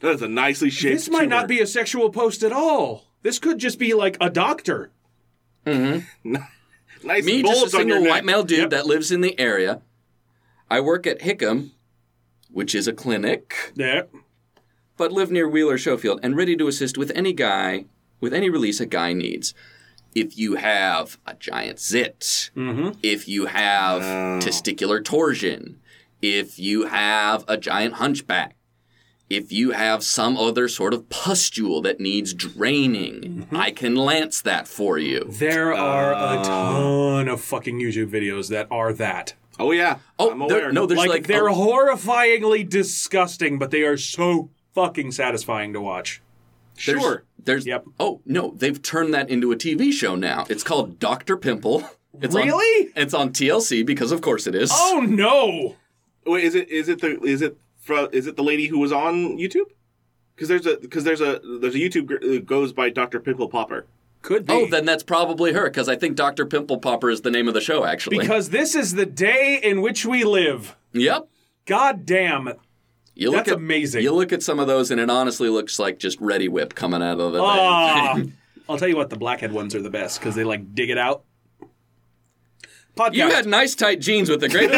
Speaker 2: That is a nicely shaped.
Speaker 1: This might not be a sexual post at all. This could just be like a doctor.
Speaker 3: Mm-hmm.
Speaker 2: nice
Speaker 3: me,
Speaker 2: bulge
Speaker 3: just a
Speaker 2: on your
Speaker 3: single
Speaker 2: neck.
Speaker 3: white male dude
Speaker 1: Yep.
Speaker 3: that lives in the area. I work at Hickam, which is a clinic,
Speaker 1: Yeah.
Speaker 3: but live near Wheeler Schofield and ready to assist with any guy, with any release a guy needs. If you have a giant zit,
Speaker 2: Mm-hmm.
Speaker 3: if you have testicular torsion, if you have a giant hunchback, if you have some other sort of pustule that needs draining,
Speaker 2: Mm-hmm.
Speaker 3: I can lance that for you.
Speaker 1: There are a ton of fucking YouTube videos that are that.
Speaker 2: Oh yeah.
Speaker 3: Oh,
Speaker 2: I'm
Speaker 3: there-
Speaker 2: aware.
Speaker 3: no, there's
Speaker 1: Like,
Speaker 3: like,
Speaker 1: they're
Speaker 3: a-
Speaker 1: horrifyingly disgusting, but they are so fucking satisfying to watch.
Speaker 3: There's,
Speaker 2: sure.
Speaker 3: There's
Speaker 1: Yep.
Speaker 3: oh no, they've turned that into a TV show now. It's called Doctor Pimple. It's
Speaker 1: Really?
Speaker 3: On, it's on TLC because of course it is.
Speaker 1: Oh no!
Speaker 2: Wait, is it is it the is it from is it the lady who was on YouTube? Because there's a because there's a there's a YouTube gr- that goes by Doctor Pimple Popper.
Speaker 1: Could be.
Speaker 3: Oh, then that's probably her because I think Doctor Pimple Popper is the name of the show actually.
Speaker 1: because this is the day in which we live.
Speaker 3: yep.
Speaker 1: God damn.
Speaker 3: You
Speaker 1: That's
Speaker 3: at,
Speaker 1: amazing.
Speaker 3: You look at some of those and it honestly looks like just Ready Whip coming out of the thing.
Speaker 1: Ah. <laughs> I'll tell you what, the blackhead ones are the best because they like dig it out. Podcast.
Speaker 3: You had nice tight jeans with a great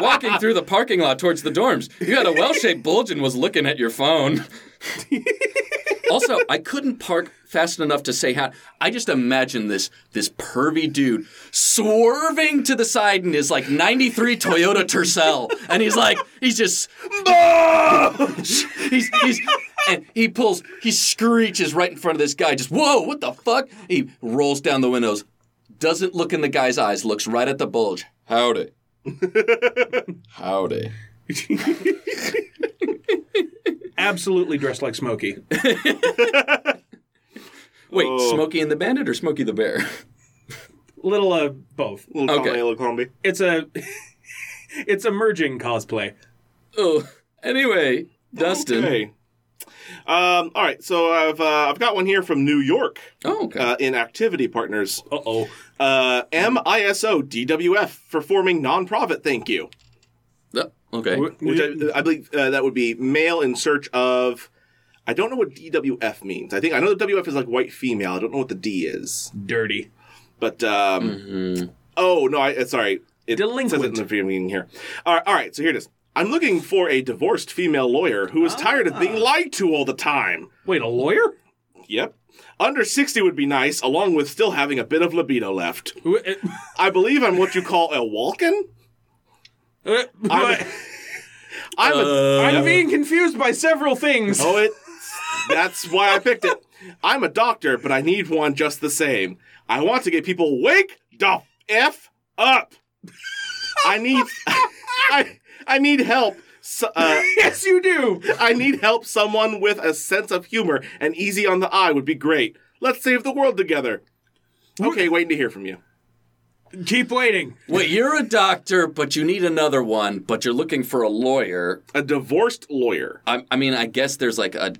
Speaker 3: walking through the parking lot towards the dorms. You had a well-shaped bulge and was looking at your phone. also, I couldn't park fast enough to say how. I just imagine this this pervy dude swerving to the side in his like '93 Toyota Tercel, and he's like, he's just <laughs> he's he's and he pulls he screeches right in front of this guy just whoa what the fuck he rolls down the windows doesn't look in the guy's eyes looks right at the bulge
Speaker 2: <laughs>
Speaker 3: howdy howdy
Speaker 1: absolutely dressed like Smokey.
Speaker 3: wait
Speaker 2: Oh.
Speaker 3: smokey and the bandit or smokey the bear <laughs>
Speaker 1: Little uh, both.
Speaker 2: Little
Speaker 3: Okay.
Speaker 2: Tommy, little Columbia.
Speaker 1: It's a <laughs> it's a merging cosplay.
Speaker 3: oh anyway dustin
Speaker 2: Okay. Um, all right, so I've uh, I've got one here from New York
Speaker 3: oh okay
Speaker 2: uh, in Activity Partners.
Speaker 1: Uh oh.
Speaker 2: Uh, MISO DWF for forming nonprofit. Thank you.
Speaker 3: Oh, okay
Speaker 2: Which I, I believe uh, that would be male in search of. I don't know what DWF means. I think I know the WF is like white female. I don't know what the D is.
Speaker 1: Dirty.
Speaker 2: But um,
Speaker 3: Hmm. Mm-hmm.
Speaker 2: oh no, I uh, sorry. It says it in
Speaker 1: Delinquent.
Speaker 2: the beginning here. All right, all right, so here it is. I'm looking for a divorced female lawyer who is tired of being lied to all the time.
Speaker 1: Wait, a lawyer?
Speaker 2: Yep. Under 60 would be nice, along with still having a bit of libido left.
Speaker 1: Who- uh,
Speaker 2: I believe I'm what you call a Walken.
Speaker 1: <laughs> uh,
Speaker 2: <laughs> I'm, I'm a.
Speaker 1: I'm being confused by several things.
Speaker 2: Oh, it. That's why I picked it. I'm a doctor, but I need one just the same. I want to get people wake the f up. I need. <laughs> I I need help. So, uh,
Speaker 1: <laughs> Yes, you do.
Speaker 2: I need help. Someone with a sense of humor and easy on the eye would be great. Let's save the world together. Okay, waiting to hear from you.
Speaker 1: Keep waiting.
Speaker 3: wait you're a doctor but you need another one but you're looking for a lawyer
Speaker 2: A divorced lawyer,
Speaker 3: i, I mean i guess there's like a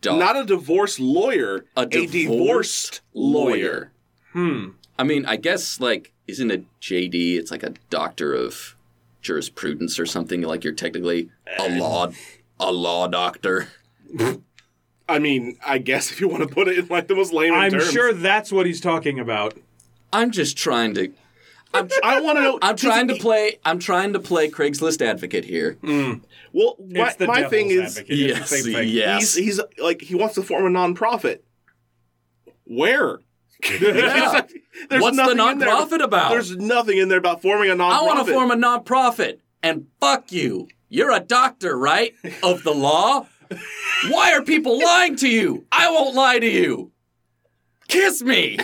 Speaker 3: doc-
Speaker 2: not a divorce lawyer,
Speaker 3: a
Speaker 2: divorced, lawyer.
Speaker 3: I mean, I guess like isn't a JD? It's like a doctor of jurisprudence or something. Like you're technically
Speaker 2: Uh,
Speaker 3: a law a law doctor.
Speaker 2: I mean, I guess <laughs> if you want to put it in like the most lame
Speaker 1: I'm
Speaker 2: terms.
Speaker 1: sure that's what he's talking about.
Speaker 3: I'm just trying to. I'm,
Speaker 2: I want
Speaker 1: <laughs>
Speaker 2: to know.
Speaker 3: I'm trying to play. I'm trying to play Craigslist advocate here.
Speaker 2: Well, my,
Speaker 1: the
Speaker 2: my
Speaker 1: devil's
Speaker 2: thing is,
Speaker 1: advocate. It's the
Speaker 3: Yes,
Speaker 1: same thing.
Speaker 3: yeah.
Speaker 2: he's he's like he wants to form a nonprofit. Where?
Speaker 3: Yeah.
Speaker 2: <laughs> There's
Speaker 3: What's the
Speaker 2: nothing in there.
Speaker 3: nonprofit about?
Speaker 2: There's nothing in there about forming a nonprofit.
Speaker 3: I want to form a nonprofit, and fuck you. You're a doctor, right? Of the law. Why are people lying to you? I won't lie to you. Kiss me.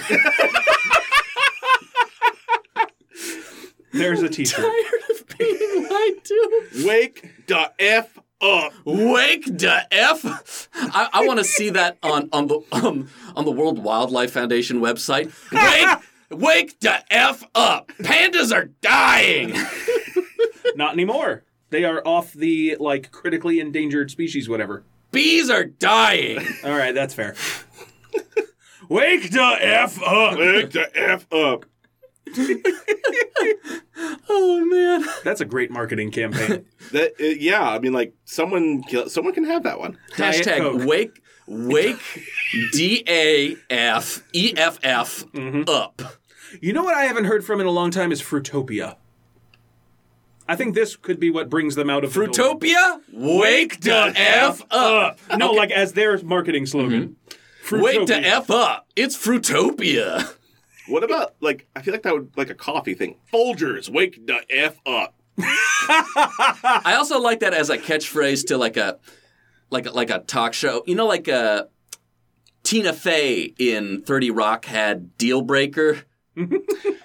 Speaker 1: There's a T-shirt.
Speaker 3: <laughs> Tired of being lied to.
Speaker 2: Wake the f up.
Speaker 3: Wake the f! I, I want to see that on on the um, on the World Wildlife Foundation website. Wake, wake the f up! Pandas are dying.
Speaker 1: Not anymore. They are off the like critically endangered species, whatever.
Speaker 3: Bees are dying.
Speaker 1: All right, that's
Speaker 3: <laughs>
Speaker 1: fair. Wake the f up.
Speaker 2: Wake the f up.
Speaker 3: Oh man!
Speaker 1: That's a great marketing campaign.
Speaker 2: That uh, yeah, I mean like someone kill- someone can have that one.
Speaker 1: Diet
Speaker 3: Hashtag
Speaker 1: Coke.
Speaker 3: wake wake d a f e f f
Speaker 1: Mm-hmm.
Speaker 3: up.
Speaker 1: You know what I haven't heard from in a long time is Fruitopia. I think this could be what brings them out of the door.
Speaker 3: Fruitopia, wake the f up.
Speaker 1: No, like as their marketing slogan.
Speaker 3: Mm-hmm. Wake the
Speaker 1: Fruitopia.
Speaker 3: f up. It's Fruitopia.
Speaker 2: What about like I feel like that would like a coffee thing. Folgers, wake the f up.
Speaker 3: I also like that as a catchphrase to like a like a, like a talk show. You know, like a Tina Fey in Thirty Rock had Deal Breaker,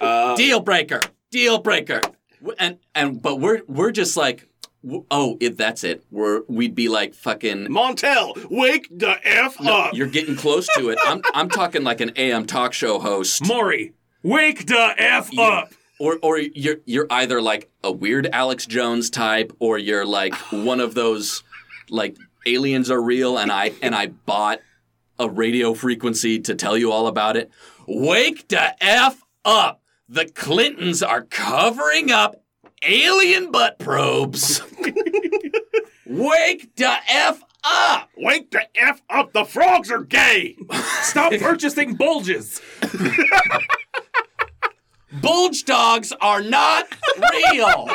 Speaker 2: Uh,
Speaker 3: Deal Breaker, Deal Breaker, W- and and but we're we're just like. w- Oh, it, that's it. We're we'd be like fucking.
Speaker 2: Montel, wake the f up.
Speaker 3: You're getting close to it. I'm I'm talking like an AM talk show host,
Speaker 1: Maury, wake the f up.
Speaker 3: or or you're you're either like a weird Alex Jones type, or you're like one of those like aliens are real, and I and I bought a radio frequency to tell you all about it. Wake the f up! The Clintons are covering up alien butt probes. <laughs> Wake the f up!
Speaker 2: Wake the f up. The frogs are gay. <laughs>
Speaker 1: Stop purchasing bulges.
Speaker 3: Bulge dogs are not real.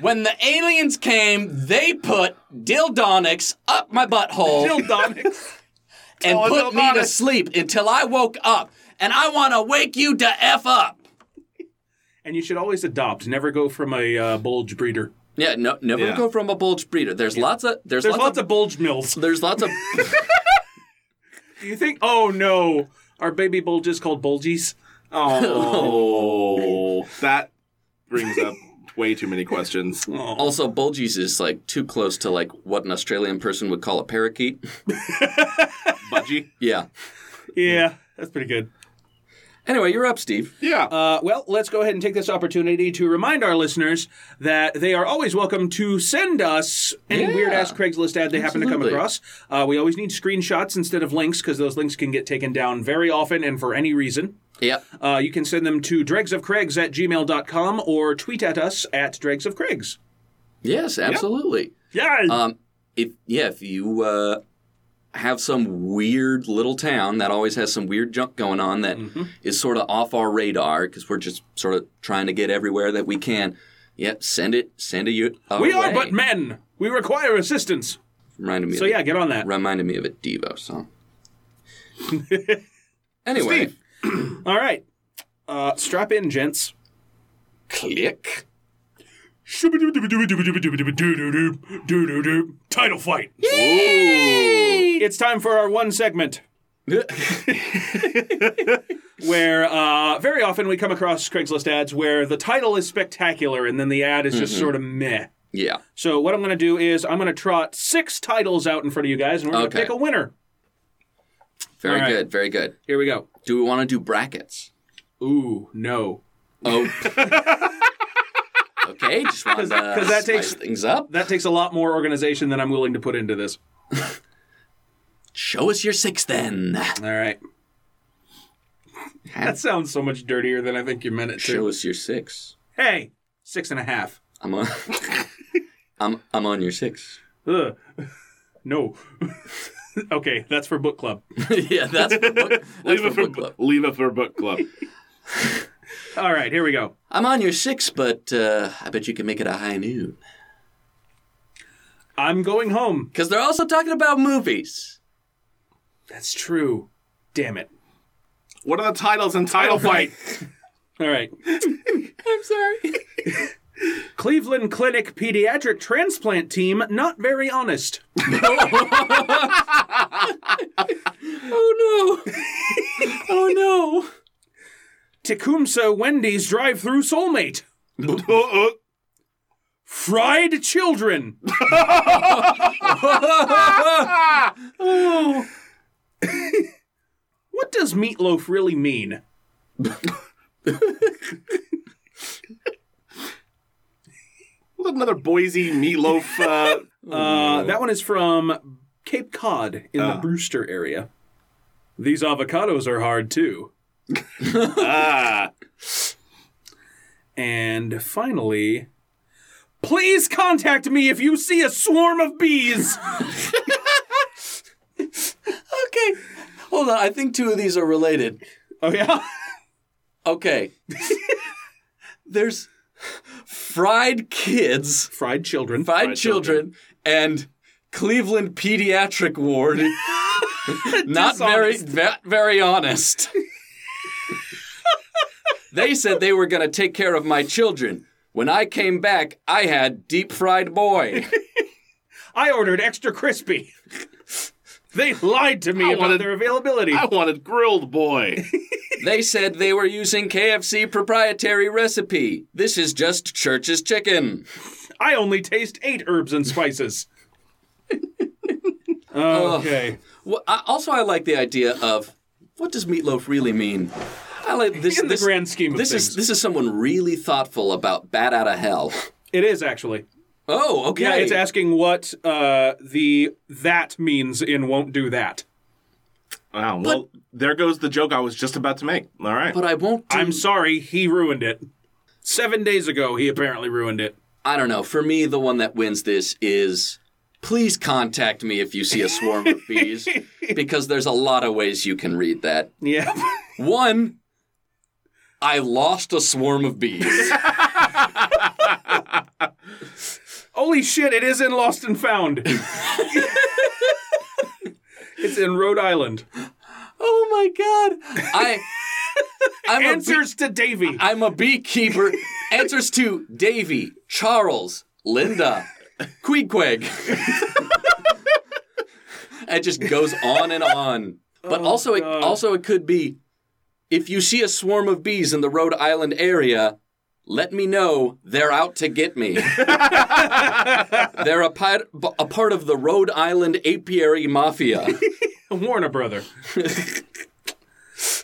Speaker 3: when the aliens came, they put dildonics up my butthole
Speaker 1: Dildonics.
Speaker 3: and
Speaker 2: Oh,
Speaker 3: put me to
Speaker 2: dildonics.
Speaker 3: sleep until I woke up. And I want to wake you to F up.
Speaker 1: And you should always adopt. Never go from a uh, bulge breeder.
Speaker 3: Yeah, no, never
Speaker 2: Yeah.
Speaker 3: go from a bulge breeder. There's lots of there's,
Speaker 1: There's
Speaker 3: lots,
Speaker 1: lots
Speaker 3: of,
Speaker 1: of bulge mills.
Speaker 3: there's
Speaker 1: <laughs>
Speaker 3: lots of
Speaker 1: Do you think? Oh no, our baby bulges called bulgies.
Speaker 2: Oh, that brings up way too many <laughs> questions.
Speaker 3: also bulgies is like too close to like what an Australian person would call a parakeet.
Speaker 2: Budgie.
Speaker 3: Yeah.
Speaker 1: Yeah, that's pretty good.
Speaker 3: Anyway, you're up, Steve.
Speaker 2: Yeah.
Speaker 1: Uh, well, let's go ahead and take this opportunity to remind our listeners that they are always welcome to send us any
Speaker 3: Yeah.
Speaker 1: weird ass Craigslist ad they happen to come
Speaker 3: Absolutely.
Speaker 1: across. Uh, we always need screenshots instead of links because those links can get taken down very often and for any reason.
Speaker 3: Yep.
Speaker 1: Uh, you can send them to dregsofcraigs at gmail.com or tweet at us at dregsofcraigs. Uh,
Speaker 3: Yes, absolutely.
Speaker 1: Yeah.
Speaker 3: Um, if yeah, if you uh, have some weird little town that always has some weird junk going on that
Speaker 1: Mm-hmm.
Speaker 3: is sort of off our radar because we're just sort of trying to get everywhere that we can. Yep, send it. Send it. You.
Speaker 1: we are but men. We require assistance.
Speaker 3: Reminded me.
Speaker 1: So
Speaker 3: of
Speaker 1: yeah, get on that.
Speaker 3: Reminded me of a
Speaker 1: <laughs>
Speaker 3: Devo song. anyway,
Speaker 2: Steve.
Speaker 1: All right. Uh, strap in, gents. <laughs>
Speaker 3: click.
Speaker 1: Title fight. It's time for our one segment where uh, very often we come across Craigslist ads where the title is spectacular and then the ad is just sort of meh.
Speaker 3: yeah.
Speaker 1: So what I'm going to do is I'm going to trot six titles out in front of you guys and we're going to
Speaker 3: Okay.
Speaker 1: pick a winner.
Speaker 3: Very
Speaker 1: All right.
Speaker 3: good. Very good.
Speaker 1: Here we go.
Speaker 3: Do we want to do brackets?
Speaker 1: Ooh, no. <laughs>
Speaker 3: Oh. okay. Just want to
Speaker 1: 'cause that takes-
Speaker 3: things up.
Speaker 1: That takes a lot more organization than I'm willing to put into this.
Speaker 3: Show us your six then.
Speaker 1: All right. That <laughs> sounds so much dirtier than I think you meant it
Speaker 3: Show
Speaker 1: to.
Speaker 3: us your six.
Speaker 1: Hey, six and a half.
Speaker 3: I'm on. <laughs> I'm I'm on your <laughs> six.
Speaker 1: Ugh. <laughs> No. <laughs> okay, that's for book club.
Speaker 3: <laughs> yeah, that's for book, that's
Speaker 2: Leave
Speaker 3: for
Speaker 2: it for
Speaker 3: book club.
Speaker 2: leave it for book club.
Speaker 1: All right, here we go.
Speaker 3: I'm on your six, but uh, I bet you can make it a high noon.
Speaker 1: I'm going home.
Speaker 3: Because they're also talking about movies.
Speaker 1: That's true. Damn it.
Speaker 2: What are the titles in <laughs> Title Fight?
Speaker 1: All right.
Speaker 3: I'm sorry.
Speaker 1: Cleveland Clinic pediatric transplant team not very honest.
Speaker 3: <laughs> Oh no. oh no.
Speaker 1: Tecumseh Wendy's drive-through soulmate.
Speaker 2: Uh-uh.
Speaker 1: Fried children. What does meatloaf really mean?
Speaker 2: Another Boise meatloaf. Uh, <laughs>
Speaker 1: Uh, that one is from Cape Cod in the Brewster area. These avocados are hard too.
Speaker 2: ah.
Speaker 1: And finally, please contact me if you see a swarm of bees.
Speaker 3: Okay. Hold on. I think two of these are related.
Speaker 1: oh yeah.
Speaker 3: <laughs> Okay. There's fried kids,
Speaker 1: Fried children.
Speaker 3: fried, children, and Cleveland
Speaker 1: <laughs>
Speaker 3: pediatric ward. not very not very honest. they said they were going to take care of my children. When I came back, I had deep fried boy.
Speaker 1: I ordered extra crispy. they lied to me about
Speaker 2: wanted-
Speaker 1: their availability.
Speaker 2: I wanted grilled <laughs> boy.
Speaker 3: they said they were using KFC proprietary recipe. This is just church's chicken.
Speaker 1: I only taste eight herbs and
Speaker 3: <laughs>
Speaker 1: spices. okay.
Speaker 3: Well, I, also, I like the idea of what does meatloaf really mean. I like this.
Speaker 1: In the
Speaker 3: this,
Speaker 1: grand scheme of
Speaker 3: this
Speaker 1: things,
Speaker 3: is this is someone really thoughtful about bat out of hell.
Speaker 1: it is actually.
Speaker 3: Oh, okay.
Speaker 1: Yeah, it's asking what uh, the that means in won't do that.
Speaker 2: Wow. Well, there goes the joke I was just about to make. All right.
Speaker 3: but I won't. Do,
Speaker 1: I'm sorry, he ruined it. Seven days ago, he apparently ruined it.
Speaker 3: I don't know. For me, the one that wins this is please contact me if you see a swarm of
Speaker 1: <laughs>
Speaker 3: bees, because there's a lot of ways you can read that.
Speaker 1: Yeah.
Speaker 3: One, I lost a swarm
Speaker 1: <laughs>
Speaker 3: of bees.
Speaker 1: <laughs> Holy shit, it is in Lost and
Speaker 3: <laughs>
Speaker 1: Found. it's in Rhode Island.
Speaker 3: oh my god! I. I'm a bee-
Speaker 1: Answers to Davy.
Speaker 3: I'm a beekeeper. Answers to Davy, Charles, Linda, Queequeg. it just goes on and on.
Speaker 1: Oh,
Speaker 3: But also, it, also it could be, if you see a swarm of bees in the Rhode Island area, let me know. They're out to
Speaker 1: <laughs>
Speaker 3: get me. They're a, pi- a part of the Rhode Island apiary mafia.
Speaker 1: Warner Brother.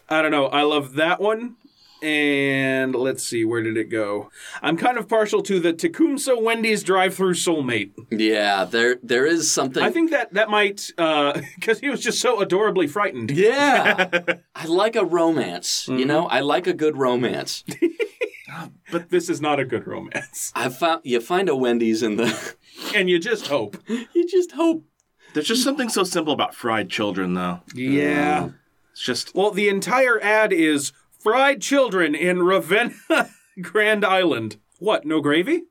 Speaker 1: I don't know. I love that one. And let's see, where did it go? I'm kind of partial to the Tecumseh Wendy's drive-through soulmate.
Speaker 3: yeah, there there is something.
Speaker 1: I think that that might <laughs> because he was just so adorably frightened.
Speaker 2: <laughs>
Speaker 3: Yeah. I like a romance,
Speaker 2: Mm-hmm.
Speaker 3: you know? I like a good romance.
Speaker 1: But this is not a good romance, <laughs>
Speaker 3: I found you find a Wendy's in the <laughs>
Speaker 1: and you just hope.
Speaker 3: you just hope
Speaker 2: There's just something so simple about fried children, though.
Speaker 1: Yeah.
Speaker 2: It's just
Speaker 1: Well, the entire ad is fried children in Ravenna, <laughs> Grand Island. What? No gravy?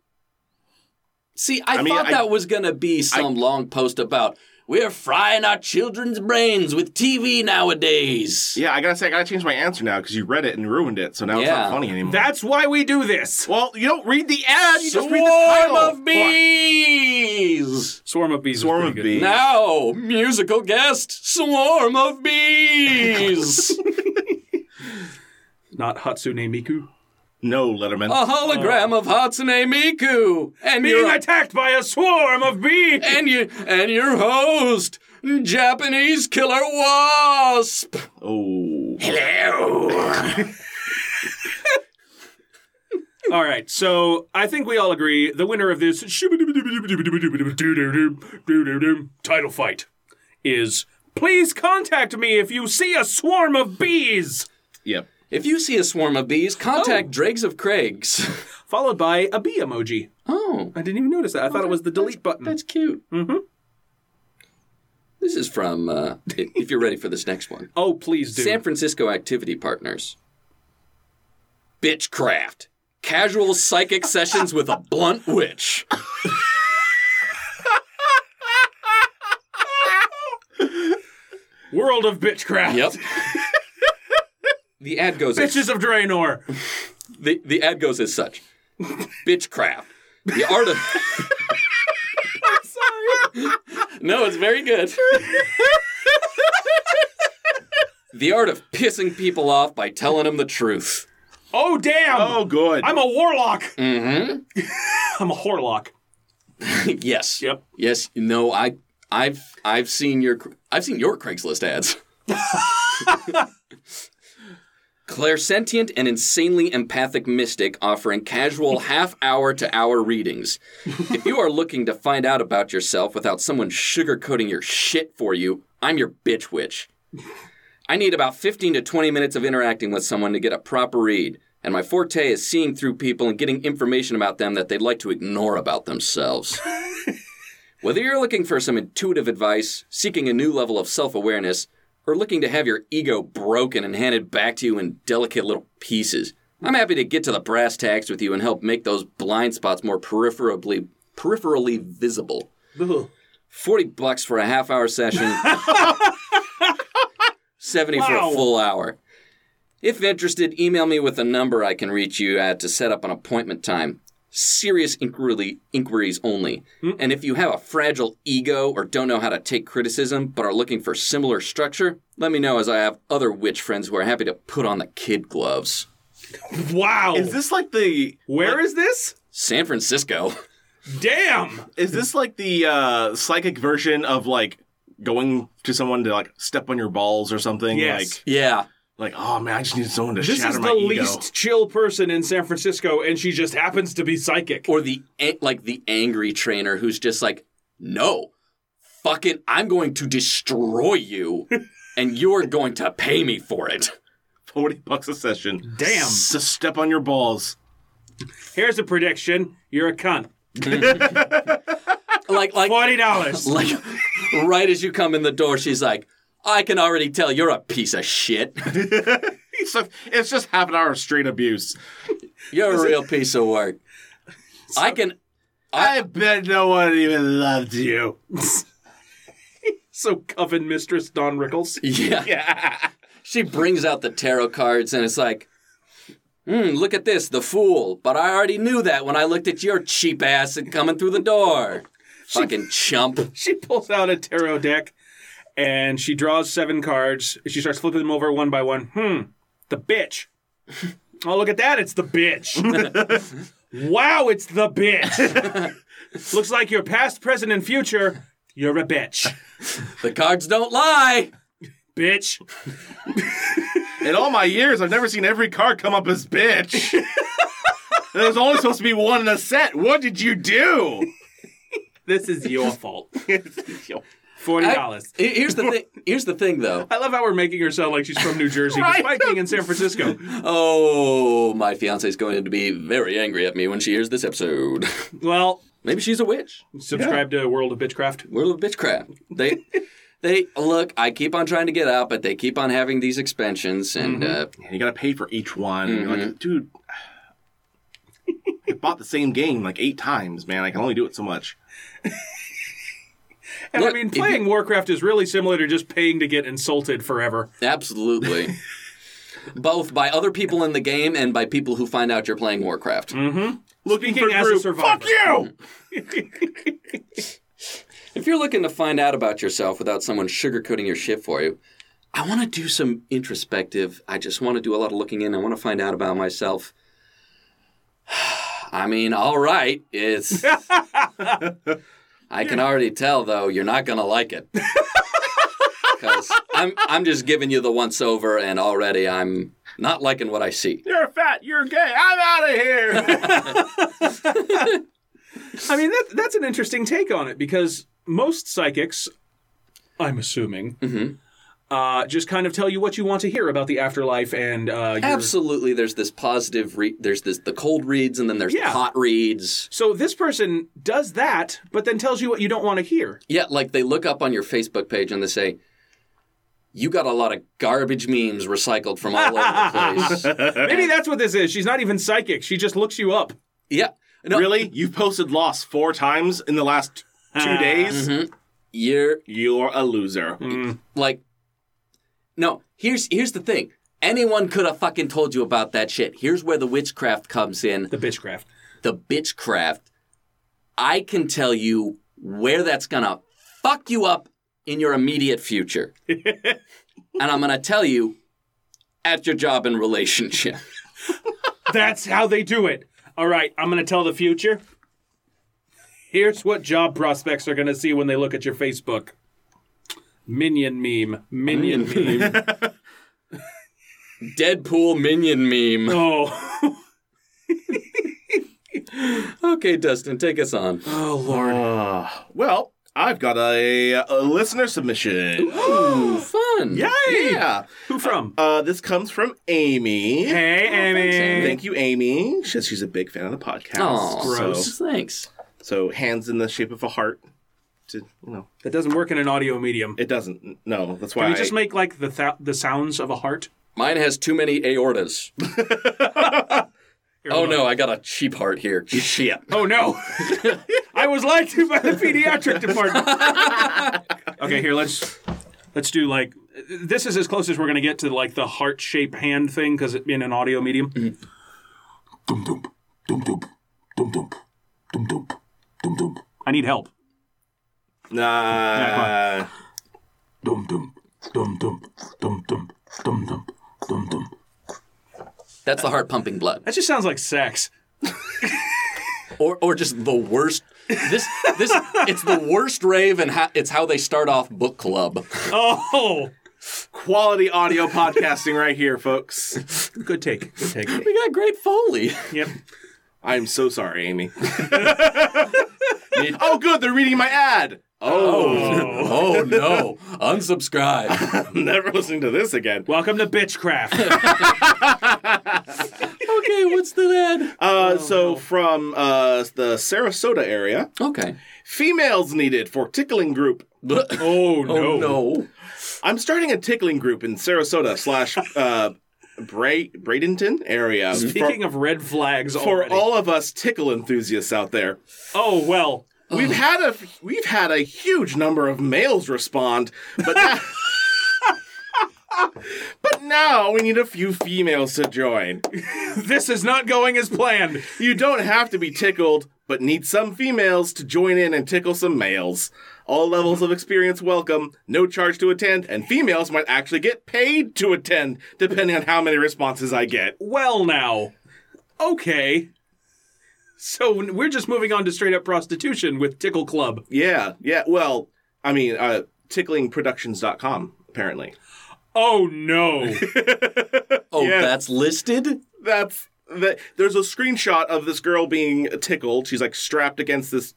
Speaker 3: See, I,
Speaker 2: I mean,
Speaker 3: thought
Speaker 2: I-
Speaker 3: that was going to be some long post about we're frying our children's brains with TV nowadays.
Speaker 2: yeah. I gotta say, I gotta change my answer now because you read it and ruined it, so now it's
Speaker 3: Yeah.
Speaker 2: not funny anymore.
Speaker 1: That's why we do this.
Speaker 2: well, you don't read the ad. You just read the title.
Speaker 3: Swarm of bees.
Speaker 1: Swarm of bees. is
Speaker 2: Swarm
Speaker 1: pretty
Speaker 2: of
Speaker 1: good.
Speaker 2: bees.
Speaker 3: Now, musical guest, swarm
Speaker 2: <laughs>
Speaker 3: of bees.
Speaker 1: Not Hatsune Miku.
Speaker 2: No, Letterman.
Speaker 3: a
Speaker 2: Oh.
Speaker 3: hologram of Hatsune Miku, and
Speaker 1: Being
Speaker 3: you're a
Speaker 1: attacked by a swarm of bees.
Speaker 3: and you and your host, Japanese killer wasp.
Speaker 2: Oh.
Speaker 3: Hello.
Speaker 1: All right, so I think we all agree the winner of this title fight is Please contact me if you see a swarm of bees,
Speaker 2: Yep.
Speaker 3: If you see a swarm of bees, contact Dregs of Craigs.
Speaker 1: followed by a bee emoji.
Speaker 3: Oh,
Speaker 1: I didn't even notice that. I thought it was the delete button.
Speaker 3: that's cute. Mm-hmm. This is from, uh, i- if <laughs> you're ready for this next one,
Speaker 1: Oh, please do.
Speaker 3: San Francisco Activity Partners. Bitchcraft. Casual psychic sessions with a blunt witch.
Speaker 1: World of Bitchcraft.
Speaker 3: <laughs> Yep. the ad goes as,
Speaker 1: Bitches of Draenor.
Speaker 3: the, the ad goes as such. Bitchcraft. The art of No, it's very good. the art of pissing people off by telling them the truth. <laughs>
Speaker 1: Oh, damn.
Speaker 2: Oh, good.
Speaker 1: I'm a warlock.
Speaker 3: Mhm.
Speaker 1: <laughs> I'm a horlock.
Speaker 3: yes.
Speaker 1: Yep.
Speaker 3: Yes. No. I. I've. I've seen your. I've seen your Craigslist ads. <laughs> Clairsentient and insanely empathic mystic offering casual <laughs> half hour to hour readings. If you are looking to find out about yourself without someone sugarcoating your shit for you, I'm your bitch witch. I need about 15 to 20 minutes of interacting with someone to get a proper read, and my forte is seeing through people and getting information about them that they'd like to ignore about themselves. Whether you're looking for some intuitive advice, seeking a new level of self awareness, or looking to have your ego broken and handed back to you in delicate little pieces, I'm happy to get to the brass tacks with you and help make those blind spots more peripherally, peripherally visible. 40 bucks for a half hour session. 70 for
Speaker 1: Wow.
Speaker 3: a full hour. If interested, email me with a number I can reach you at to set up an appointment time. Serious inquiry, inquiries only. And if you have a fragile ego or don't know how to take criticism but are looking for similar structure, let me know as I have other witch friends who are happy to put on the kid gloves.
Speaker 1: Wow.
Speaker 2: Is this like the
Speaker 1: Where is this?
Speaker 3: San Francisco. <laughs>
Speaker 1: Damn.
Speaker 2: Is this like the uh, psychic version of like going to someone to like step on your balls or something?
Speaker 1: Yes.
Speaker 3: yeah.
Speaker 2: Like, like oh man, I just need someone to
Speaker 1: This
Speaker 2: shatter
Speaker 1: is
Speaker 2: my
Speaker 1: the
Speaker 2: ego.
Speaker 1: least chill person in San Francisco, and she just happens to be psychic.
Speaker 3: Or the an- like the angry trainer who's just like, "No. Fucking I'm going to destroy you and you're going to pay me for it." <laughs>
Speaker 2: Forty bucks a session.
Speaker 1: Damn.
Speaker 2: S- step on your balls.
Speaker 1: Here's a prediction. You're a cunt.
Speaker 3: Like like
Speaker 1: Forty
Speaker 2: <laughs>
Speaker 1: dollars.
Speaker 3: <laughs> like right as you come in the door she's like i can already tell you're a piece of shit <laughs>
Speaker 2: It's, just- it's just half an hour of straight abuse.
Speaker 3: you're a real piece of work i can
Speaker 2: I bet no one even loved you.
Speaker 1: you. <laughs> so coven mistress Don Rickles.
Speaker 3: <laughs> yeah. she brings out the tarot cards and it's like Hmm, look at this, the fool. But I already knew that when I looked at your cheap ass and coming through the door. Fucking chump.
Speaker 1: She pulls out a tarot deck and she draws seven cards. She starts flipping them over one by one. Hmm. The
Speaker 2: <laughs>
Speaker 1: bitch. Oh, look at that. It's the bitch. wow, it's the bitch.
Speaker 2: <laughs>
Speaker 1: Looks like your past, present, and future. You're a
Speaker 2: <laughs>
Speaker 1: bitch.
Speaker 3: The cards don't lie.
Speaker 1: Bitch.
Speaker 2: In all my years, I've never seen every card come up as <laughs> bitch. There's only supposed to be one in a set. What did you do?
Speaker 1: This is your fault. Forty dollars.
Speaker 3: Here- Here's the thing. Here's the thing, though.
Speaker 1: I love how we're making her sound like she's from New Jersey,
Speaker 3: <laughs>
Speaker 1: despite being in San Francisco.
Speaker 3: Oh, my fiance's going to be very angry at me when she hears this episode. <laughs>
Speaker 1: Well,
Speaker 3: Maybe she's a witch.
Speaker 1: subscribe to World of Bitchcraft.
Speaker 3: World of Bitchcraft. They, they look. I keep on trying to get out, but they keep on having these expansions, and uh,
Speaker 2: And you gotta pay for each one. You're like, dude, I bought the same game like eight times, man. I can only do it so much.
Speaker 1: And I
Speaker 3: Look,
Speaker 1: mean,
Speaker 3: if you-
Speaker 1: playing Warcraft is really similar to just paying to get insulted forever.
Speaker 3: absolutely. Both by other people in the game and by people who find out you're playing Warcraft.
Speaker 1: Looking Speaking as a survivor. Mm-hmm.
Speaker 2: Fuck you!
Speaker 3: If you're looking to find out about yourself without someone sugarcoating your shit for you, I want to do some introspective. I just want to do a lot of looking in. I want to find out about myself. <sighs> I mean, all right, it's. I can already tell though you're not gonna like it. Because I'm I'm just giving you the once over, and already I'm not liking what I see.
Speaker 2: You're fat. You're gay. I'm out of here.
Speaker 1: <laughs> I mean, that, that's an interesting take on it because most psychics, I'm assuming, uh, just kind of tell you what you want to hear about the afterlife and uh, your.
Speaker 3: Absolutely, there's this positive. Re- there's this the cold reads, and then there's
Speaker 1: Yeah.
Speaker 3: the hot reads.
Speaker 1: So this person does that, but then tells you what you don't want to hear.
Speaker 3: Yeah, like they look up on your Facebook page and they say, you got a lot of garbage memes recycled from all over the place.
Speaker 1: Maybe that's what this is. She's not even psychic. She just looks you up.
Speaker 3: Yeah. No,
Speaker 2: Really? You've posted loss four times in the last
Speaker 1: Ah,
Speaker 2: two days?
Speaker 1: mm-hmm.
Speaker 3: mm-hmm. You're
Speaker 2: You're a loser.
Speaker 1: Mm.
Speaker 3: like no here's here's the thing anyone could have fucking told you about that shit here's where the witchcraft comes in
Speaker 1: The bitchcraft.
Speaker 3: the bitchcraft i can tell you where that's gonna fuck you up in your immediate future and i'm gonna tell you at your job and relationship
Speaker 1: That's how they do it. All right, I'm going to tell the future. Here's what job prospects are going to see when they look at your Facebook Minion meme. Minion meme.
Speaker 3: deadpool minion meme
Speaker 1: Oh.
Speaker 3: okay dustin take us on
Speaker 1: Oh, Lord.
Speaker 2: Uh, well, I've got a, a listener submission.
Speaker 3: Ooh, fun
Speaker 2: Yay! Yeah.
Speaker 1: Who from?
Speaker 2: Uh, this comes from Amy.
Speaker 1: hey, Amy.
Speaker 2: Thank you, Amy. She's, she's a big fan of the podcast.
Speaker 3: Aw,
Speaker 1: Gross.
Speaker 3: thanks
Speaker 2: So, so hands in the shape of a heart. To you know,
Speaker 1: That doesn't work in an audio medium.
Speaker 2: it doesn't. No, that's why.
Speaker 1: Can we
Speaker 2: I-
Speaker 1: just make like the thou the sounds of a heart?
Speaker 3: mine has too many aortas
Speaker 1: Here,
Speaker 3: oh
Speaker 1: hold on.
Speaker 3: no i got a cheap heart here
Speaker 2: shit.
Speaker 1: Oh <laughs> no! I was lied to by the pediatric department. okay, here let's let's do like this is as close as we're gonna get to like the heart shaped hand thing because it in an audio medium. Mm-hmm. Dum dum dum dum dum dum dum dum dum dum. I need help.
Speaker 2: Nah.
Speaker 4: dum dum dum dum dum dum dum dum dum dum.
Speaker 3: that's the heart pumping blood
Speaker 1: That just sounds like sex.
Speaker 3: or or just the worst. This this it's the worst rave, and how, it's how they start off book club.
Speaker 1: Oh,
Speaker 2: Quality audio podcasting right here, folks.
Speaker 1: good take. Good take.
Speaker 3: We got great foley.
Speaker 1: Yep.
Speaker 2: I'm so sorry, Amy.
Speaker 3: Need-
Speaker 2: oh, good. They're reading my ad. Oh,
Speaker 3: <laughs>
Speaker 2: <laughs>
Speaker 3: Oh no! Unsubscribe.
Speaker 2: I'm never listening to this again. Uh,
Speaker 1: Welcome to bitchcraft. <laughs>
Speaker 3: Okay, what's the ad?
Speaker 1: Oh,
Speaker 2: Uh, so, from uh, the Sarasota area,
Speaker 3: Okay.
Speaker 2: females needed for tickling group.
Speaker 1: Oh no.
Speaker 3: <laughs> Oh no!
Speaker 2: I'm starting a tickling group in Sarasota slash uh, Bra- Bradenton area.
Speaker 1: Speaking
Speaker 2: for,
Speaker 1: of red flags
Speaker 2: for
Speaker 1: already.
Speaker 2: all of us tickle enthusiasts out there,
Speaker 1: oh well.
Speaker 2: we've had a we've had a huge number of males respond, but. now- <laughs> But now we need a few females to join.
Speaker 1: This is not going as planned.
Speaker 2: You don't have to be tickled, but need some females to join in and tickle some males. All levels of experience welcome, no charge to attend, and females might actually get paid to attend, depending on how many responses I get.
Speaker 1: Well, now, okay. So n- we're just moving on to straight up prostitution with Tickle Club.
Speaker 2: Yeah, yeah, well, I mean, uh, ticklingproductions.com, apparently.
Speaker 1: Oh no!
Speaker 3: Oh,
Speaker 2: Yeah.
Speaker 3: that's listed.
Speaker 2: That's. That, there's a screenshot of this girl being tickled. She's like strapped against this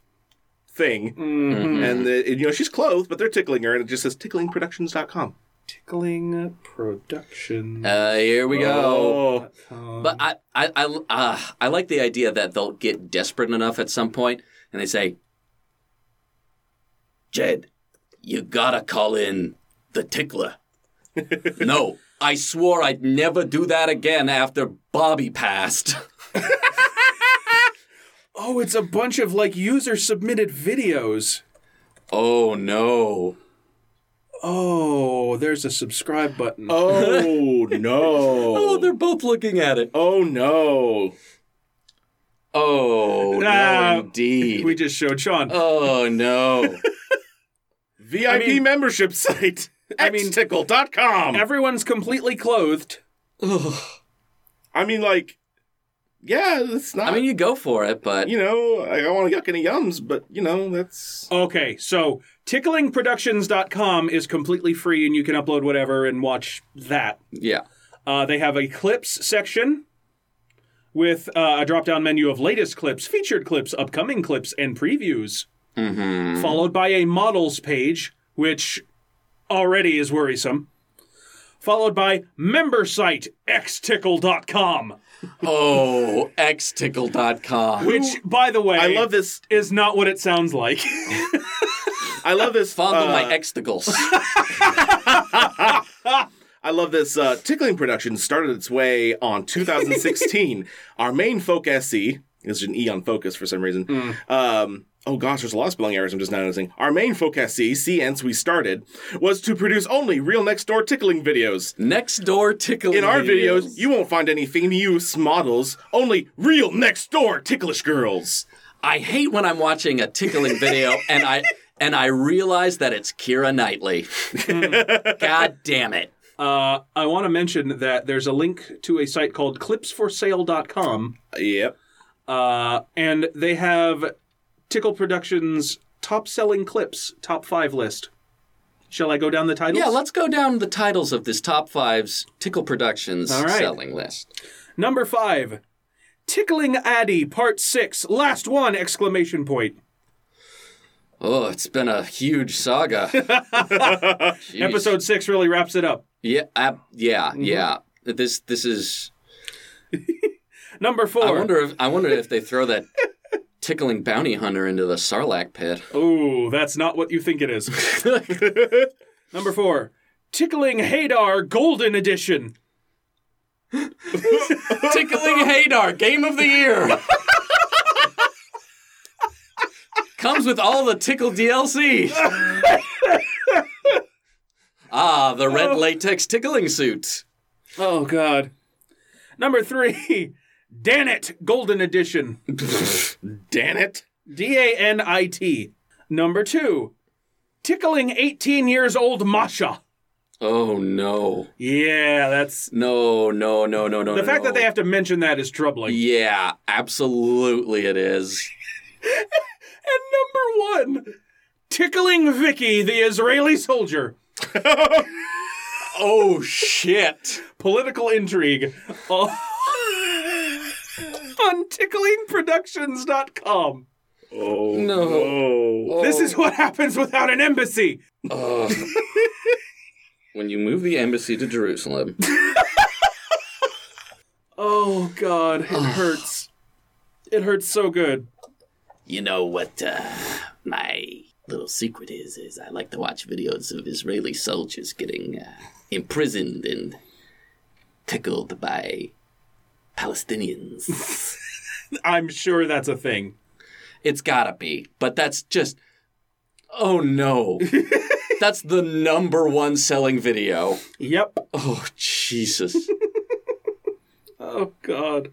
Speaker 2: thing.
Speaker 3: Hmm. Mm.
Speaker 2: And, the, you know, she's clothed, but they're tickling her, and it just says ticklingproductions.com.
Speaker 1: <laughs> Tickling production.
Speaker 3: Uh, here we go.
Speaker 2: Oh.
Speaker 3: But I I I, uh, I like the idea that they'll get desperate enough at some point, and they say, "Jed, you gotta call in the tickler." no, I swore I'd never do that again after Bobby passed.
Speaker 1: oh, it's a bunch of like user submitted videos.
Speaker 3: Oh no!
Speaker 1: Oh, there's a subscribe button.
Speaker 2: Oh no!
Speaker 3: <laughs> Oh, they're both looking at it.
Speaker 2: Oh no!
Speaker 3: Oh
Speaker 1: Ah,
Speaker 3: no, indeed.
Speaker 1: we just showed Sean.
Speaker 3: Oh no!
Speaker 2: VIP
Speaker 1: mean-
Speaker 2: membership site.
Speaker 1: I mean-
Speaker 2: xtickle.com.
Speaker 1: Everyone's completely clothed.
Speaker 2: I mean, like, yeah, it's not.
Speaker 3: I mean, you go for it, but
Speaker 2: you know, I don't want to yuck any yums, but you know, that's
Speaker 1: Okay, so ticklingproductions.com is completely free and you can upload whatever and watch that.
Speaker 3: yeah.
Speaker 1: Uh, they have a clips section with uh, a drop down menu of latest clips, featured clips, upcoming clips, and previews,
Speaker 2: Mm-hmm.
Speaker 1: followed by a models page, which already is worrisome. Followed by member site xtickle.com,
Speaker 3: Oh, xtickle.com.
Speaker 1: which, by the way,
Speaker 2: I love this.
Speaker 1: is not what it sounds like. <laughs>
Speaker 2: I love this.
Speaker 3: Fondle
Speaker 2: uh,
Speaker 3: my exticles.
Speaker 2: I love this. Uh, Tickling Productions started its way
Speaker 3: <laughs>
Speaker 2: on 2016. Our main folk SC is an E on focus for some reason.
Speaker 3: Mm.
Speaker 2: Um, oh gosh, there's a lot of spelling errors. I'm just not noticing. Our main folk SC, CNs we started, was to produce only real next door tickling videos.
Speaker 3: Next door tickling.
Speaker 2: In our videos, you won't find any use models, only real next door ticklish girls.
Speaker 3: I hate when I'm watching a tickling
Speaker 2: <laughs>
Speaker 3: video and I and I realize that it's
Speaker 2: <laughs>
Speaker 3: Kira Knightley. God damn it.
Speaker 1: Uh, I want to mention that there's a link to a site called clipsforsale.com,
Speaker 2: Yep.
Speaker 1: uh, and they have Tickle Productions' top selling clips, top five list. Shall I go down the titles?
Speaker 3: Yeah, let's go down the titles of this top five's Tickle Productions
Speaker 1: All right.
Speaker 3: selling list.
Speaker 1: Number five, Tickling Addy, Part Six, Last One! Exclamation point.
Speaker 3: Oh, it's been a huge
Speaker 2: <laughs>
Speaker 3: saga. Jeez.
Speaker 1: Episode six really wraps it up.
Speaker 3: Yeah, ab- yeah,
Speaker 2: Mm-hmm.
Speaker 3: yeah. This this is.
Speaker 1: Number four.
Speaker 3: I wonder if I wonder if they throw that tickling bounty hunter into the
Speaker 2: <laughs>
Speaker 3: Sarlacc pit.
Speaker 1: Oh, that's not what you think it
Speaker 3: <laughs>
Speaker 1: is. Number four, Tickling Hadar, Golden Edition.
Speaker 3: Tickling Hadar, game of the year. Comes with all the tickle DLC. ah, the red latex tickling suit.
Speaker 1: Oh God. Number three, <laughs> Danit Golden Edition.
Speaker 2: Damn it.
Speaker 1: D A N I T. Number two, tickling eighteen years old Masha.
Speaker 3: Oh no.
Speaker 1: Yeah, that's
Speaker 3: No, no, no, no, no.
Speaker 1: the fact that they have to mention that is troubling.
Speaker 3: Yeah, absolutely it is.
Speaker 1: And number one, tickling Vicky, the Israeli soldier.
Speaker 3: Oh shit.
Speaker 1: Political intrigue. Oh. <laughs> on ticklingproductions.com.
Speaker 2: Oh.
Speaker 3: No.
Speaker 2: Oh.
Speaker 1: This is what happens without an embassy.
Speaker 3: Ugh. when you move the embassy to Jerusalem.
Speaker 1: Oh God, it hurts. It hurts so good.
Speaker 5: You know what uh, my little secret is? Is I like to watch videos of Israeli soldiers getting uh, imprisoned and tickled by Palestinians.
Speaker 1: I'm sure that's a thing.
Speaker 3: It's gotta be. But that's just. Oh no. that's the number one selling video.
Speaker 1: Yep.
Speaker 3: Oh Jesus.
Speaker 1: Oh God.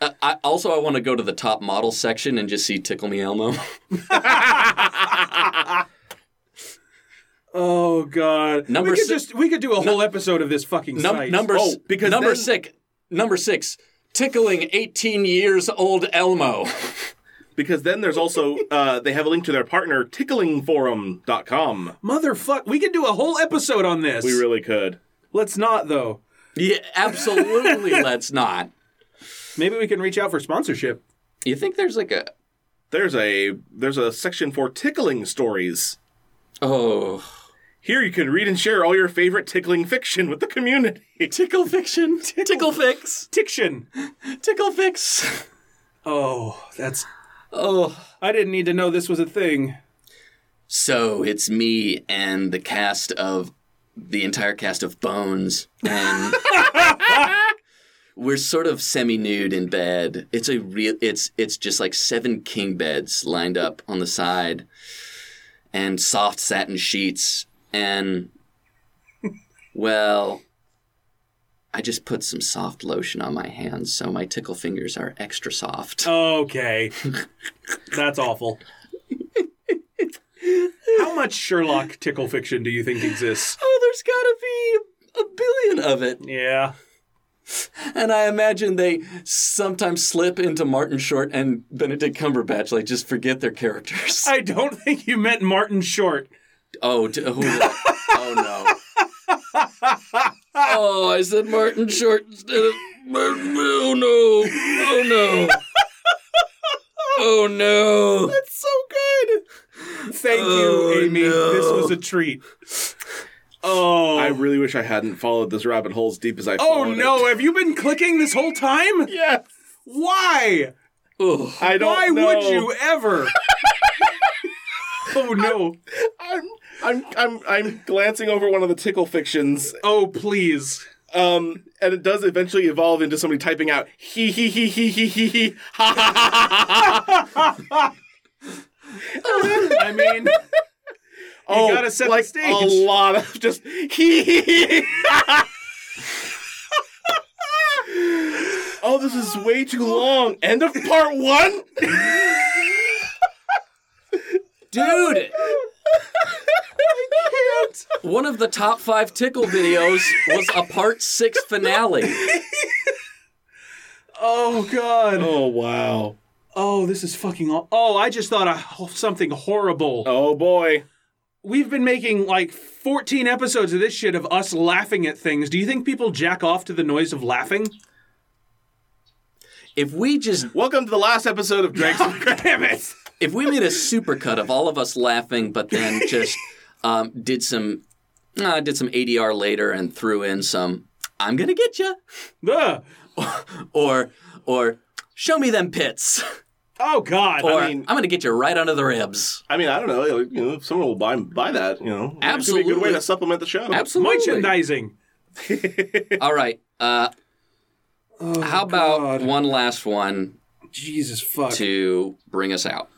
Speaker 3: uh, I, also, I want to go to the top model section and just see Tickle Me Elmo.
Speaker 1: Oh God.
Speaker 3: Number
Speaker 1: we could
Speaker 3: si-
Speaker 1: just we could do a whole episode of this fucking
Speaker 3: Num-
Speaker 1: site.
Speaker 3: number
Speaker 2: Oh, because
Speaker 3: number
Speaker 2: then-
Speaker 3: six. Number six. Tickling 18 years old Elmo.
Speaker 2: Because then there's also uh, they have a link to their partner ticklingforum.com.
Speaker 1: motherfuck. We could do a whole episode on this.
Speaker 2: We really could.
Speaker 1: Let's not though.
Speaker 3: Yeah, absolutely. <laughs> let's not.
Speaker 1: Maybe we can reach out for sponsorship.
Speaker 3: You think there's like a
Speaker 2: There's a there's a section for tickling stories.
Speaker 3: oh
Speaker 2: Here you can read and share all your favorite tickling fiction with the community.
Speaker 3: tickle fiction tickle, fix
Speaker 1: Tiction.
Speaker 3: tickle fix?
Speaker 1: Oh, that's.
Speaker 3: Oh,
Speaker 1: I didn't need to know this was a thing.
Speaker 3: so it's me and the cast of the entire cast of Bones, <laughs> and we're sort of semi-nude in bed. It's a real. It's it's just like seven king beds lined up on the side, and soft satin sheets, and well. I just put some soft lotion on my hands, so my tickle fingers are extra soft.
Speaker 1: Okay. that's awful. How much Sherlock tickle fiction do you think exists?
Speaker 3: oh, there's got to be a billion of it.
Speaker 1: Yeah.
Speaker 3: And I imagine they sometimes slip into Martin Short and Benedict Cumberbatch, like just forget their characters.
Speaker 1: I don't think you meant Martin Short.
Speaker 3: <laughs> oh, d- who, oh no. Oh, I said Martin Short instead of Martin. Oh no! Oh no! Oh no!
Speaker 1: That's so good. Thank
Speaker 3: Oh,
Speaker 1: you, Amy.
Speaker 3: no.
Speaker 1: This was a treat. Oh.
Speaker 2: I really wish I hadn't followed this rabbit hole as deep as I.
Speaker 1: oh
Speaker 2: followed
Speaker 1: no,
Speaker 2: It.
Speaker 1: have you been clicking this whole time?
Speaker 2: Yes.
Speaker 1: Why?
Speaker 3: Ugh.
Speaker 2: I don't.
Speaker 1: Why
Speaker 2: know.
Speaker 1: would you ever? oh no.
Speaker 2: I'm I'm I'm I'm glancing over one of the tickle fictions,
Speaker 1: Oh, please.
Speaker 2: um, and it does eventually evolve into somebody typing out he he he he he he he ha ha ha ha ha. ha."
Speaker 1: I mean,
Speaker 2: Oh,
Speaker 1: gotta set the
Speaker 2: like a
Speaker 1: stage.
Speaker 2: lot of just he he he. he." Oh, this is way too long. End of part <laughs> one.
Speaker 3: Dude! One of the top five tickle videos was a part six finale.
Speaker 1: oh god.
Speaker 2: Oh wow.
Speaker 1: Oh, this is fucking. aw- Oh, I just thought of something horrible.
Speaker 2: Oh boy.
Speaker 1: We've been making like 14 episodes of this shit of us laughing at things. Do you think people jack off to the noise of laughing? <laughs>
Speaker 3: If we just
Speaker 2: Welcome to the last episode of <laughs> Drake's.
Speaker 1: Damn it!
Speaker 3: if we made a supercut of all of us laughing, but then
Speaker 1: <laughs>
Speaker 3: just um, did some uh, did some ADR later and threw in some "I'm gonna get you"
Speaker 1: Ugh.
Speaker 3: or or "Show me them pits"
Speaker 1: Oh god.
Speaker 3: <laughs> or
Speaker 2: mean-
Speaker 3: "I'm gonna get you right under the ribs."
Speaker 2: I mean, I don't know. You know, if someone will buy buy that. You know, it'd be a good way
Speaker 3: Absolutely.
Speaker 2: to supplement the show.
Speaker 3: Absolutely.
Speaker 1: Merchandising.
Speaker 3: All right. Uh, how about
Speaker 1: Oh, God.
Speaker 3: one last one
Speaker 1: Jesus fuck.
Speaker 3: to bring us out?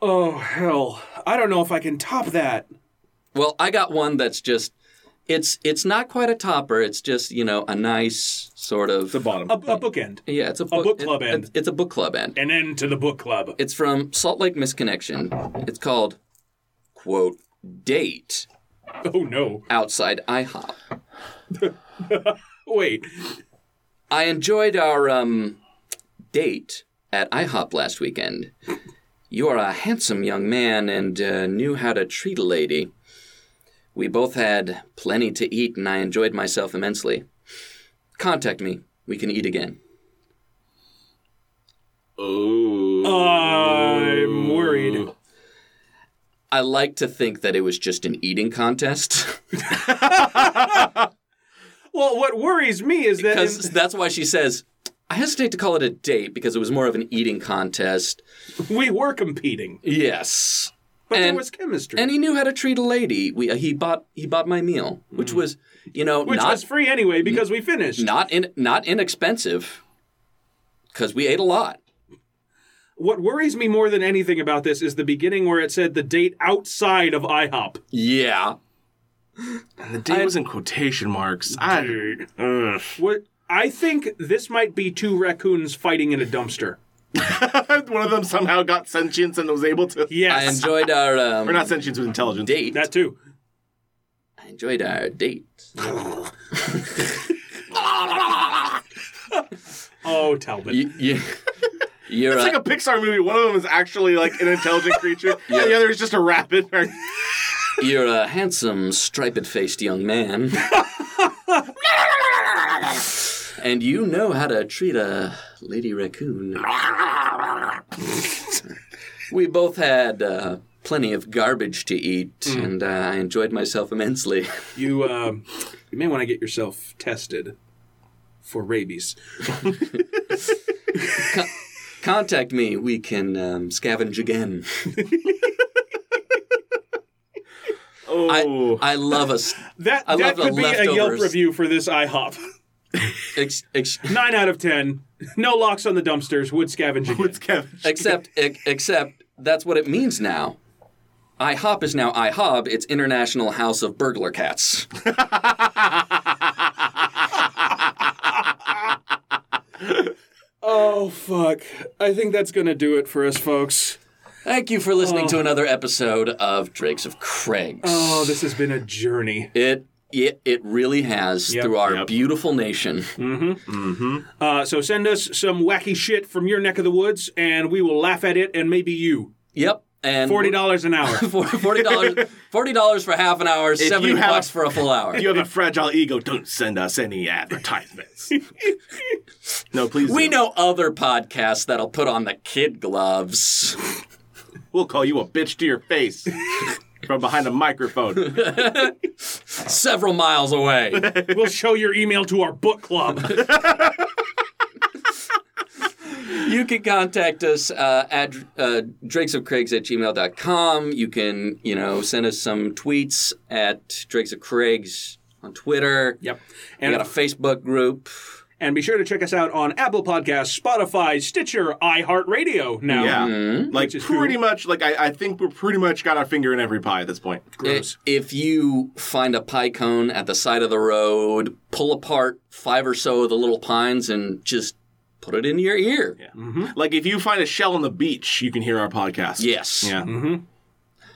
Speaker 1: Oh hell. I don't know if I can top that.
Speaker 3: Well, I got one that's just it's it's not quite a topper. It's just you know a nice sort of
Speaker 2: The bottom.
Speaker 1: A, a bookend.
Speaker 3: yeah. It's a book,
Speaker 1: book club
Speaker 3: it-
Speaker 1: end.
Speaker 3: It's, it's a book club end.
Speaker 1: An end to the book club.
Speaker 3: It's from Salt Lake Misconnection. It's called, quote, Date
Speaker 1: Oh no.
Speaker 3: Outside IHOP.
Speaker 1: Wait.
Speaker 3: I enjoyed our um, date at IHOP last weekend. You are a handsome young man and uh, knew how to treat a lady. We both had plenty to eat and I enjoyed myself immensely. Contact me. We can eat again.
Speaker 2: Oh.
Speaker 1: I'm
Speaker 3: Oh.
Speaker 1: worried.
Speaker 3: I like to think that it was just an eating contest. <laughs>
Speaker 1: Well, what worries me is that <laughs>
Speaker 3: Because that's why she says, I hesitate to call it a date because it was more of an eating contest.
Speaker 1: we were competing,
Speaker 3: Yes.
Speaker 1: but there
Speaker 3: And-
Speaker 1: was chemistry,
Speaker 3: And he knew how to treat a lady. We, uh, he bought he bought my meal, which was you know
Speaker 1: which
Speaker 3: not
Speaker 1: was free anyway because we finished.
Speaker 3: not in not inexpensive because we ate a lot.
Speaker 1: What worries me more than anything about this is the beginning where it said the date outside of IHOP.
Speaker 3: Yeah,
Speaker 2: The date was in quotation marks. I, <laughs> Ugh.
Speaker 1: What I think this might be two raccoons fighting in a dumpster.
Speaker 2: One of them somehow got sentience and was able to.
Speaker 3: I
Speaker 1: Yes,
Speaker 3: enjoyed our
Speaker 2: Or
Speaker 3: um,
Speaker 2: not sentience, but intelligence.
Speaker 3: date.
Speaker 1: that too.
Speaker 3: I enjoyed our date.
Speaker 1: Oh, Talbot.
Speaker 3: You, you, you're
Speaker 2: It's
Speaker 3: uh,
Speaker 2: like a Pixar movie. One of them is actually like an intelligent <laughs> creature, and the other is just a rabbit. <laughs>
Speaker 3: you're a handsome, striped-faced young man, and you know how to treat a lady raccoon. We both had uh, plenty of garbage to eat, and uh, I enjoyed myself immensely. <laughs>
Speaker 1: You um, you may want to get yourself tested for rabies.
Speaker 3: Contact me; we can um, scavenge again.
Speaker 2: oh,
Speaker 3: I love us.
Speaker 1: That
Speaker 3: I
Speaker 1: that
Speaker 3: love the
Speaker 1: could be a Yelp
Speaker 3: leftovers.
Speaker 1: review for this IHOP. <laughs>
Speaker 3: Ex- ex-
Speaker 1: Nine out of ten. No locks on the dumpsters. Wood scavenging.
Speaker 2: it's Kevin.
Speaker 3: except, ex- except that's what it means now. IHOP is now IHOB. It's International House of Burglar Cats.
Speaker 1: Oh fuck! I think that's gonna do it for us, folks.
Speaker 3: Thank you for listening to another episode of Drakes of Craigs.
Speaker 1: Oh, this has been a journey.
Speaker 3: It it, it really has
Speaker 1: Yep,
Speaker 3: through our
Speaker 2: yep.
Speaker 3: beautiful nation.
Speaker 1: Uh, so send us some wacky shit from your neck of the woods, and we will laugh at it, and maybe you.
Speaker 3: Yep. And
Speaker 1: Forty dollars an
Speaker 3: <laughs>
Speaker 1: hour.
Speaker 3: For- Forty dollars. Forty dollars for half an hour. Seventy
Speaker 2: you have-
Speaker 3: bucks for a full hour.
Speaker 2: You have a fragile ego. Don't send us any <laughs> advertisements. no, please.
Speaker 3: we
Speaker 2: don't.
Speaker 3: know other podcasts that'll put on the kid gloves.
Speaker 2: We'll call you a bitch to your face from behind a microphone. <laughs>
Speaker 3: several miles away. <laughs>
Speaker 1: we'll show your email to our book club.
Speaker 3: you can contact us uh, at uh, drakesofcraigs at gmail.com. You can, you know, send us some tweets at drakesofcraigs on Twitter.
Speaker 1: Yep.
Speaker 3: We
Speaker 1: And,
Speaker 3: got a Facebook group.
Speaker 1: and be sure to check us out on Apple Podcasts, Spotify, Stitcher, iHeartRadio now.
Speaker 2: Yeah, like
Speaker 1: Which is
Speaker 2: pretty
Speaker 1: cool.
Speaker 2: much. Like I, I think we're pretty much got our finger in every pie at this point.
Speaker 1: Gross.
Speaker 3: If you find a pie cone at the side of the road, pull apart five or so of the little pines and just put it in your ear.
Speaker 1: Mm-hmm.
Speaker 2: Like if you find a shell on the beach, you can hear our podcast.
Speaker 3: Yes.
Speaker 2: Yeah.
Speaker 1: Mm-hmm.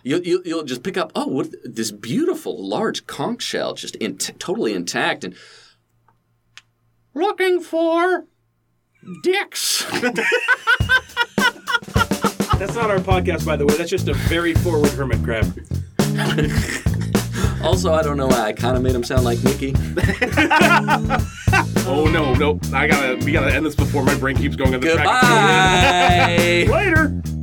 Speaker 3: You'll, you'll, you'll just pick up, oh, what, this beautiful large conch shell, just in, totally intact. And looking for dicks. <laughs>
Speaker 1: That's not our podcast, by the way. That's just a very forward hermit crab.
Speaker 3: also, I don't know why I kind of made him sound like Mickey.
Speaker 2: Oh no, no. I gotta. We gotta end this before my brain keeps going on the track.
Speaker 3: <laughs> Goodbye.
Speaker 1: Later.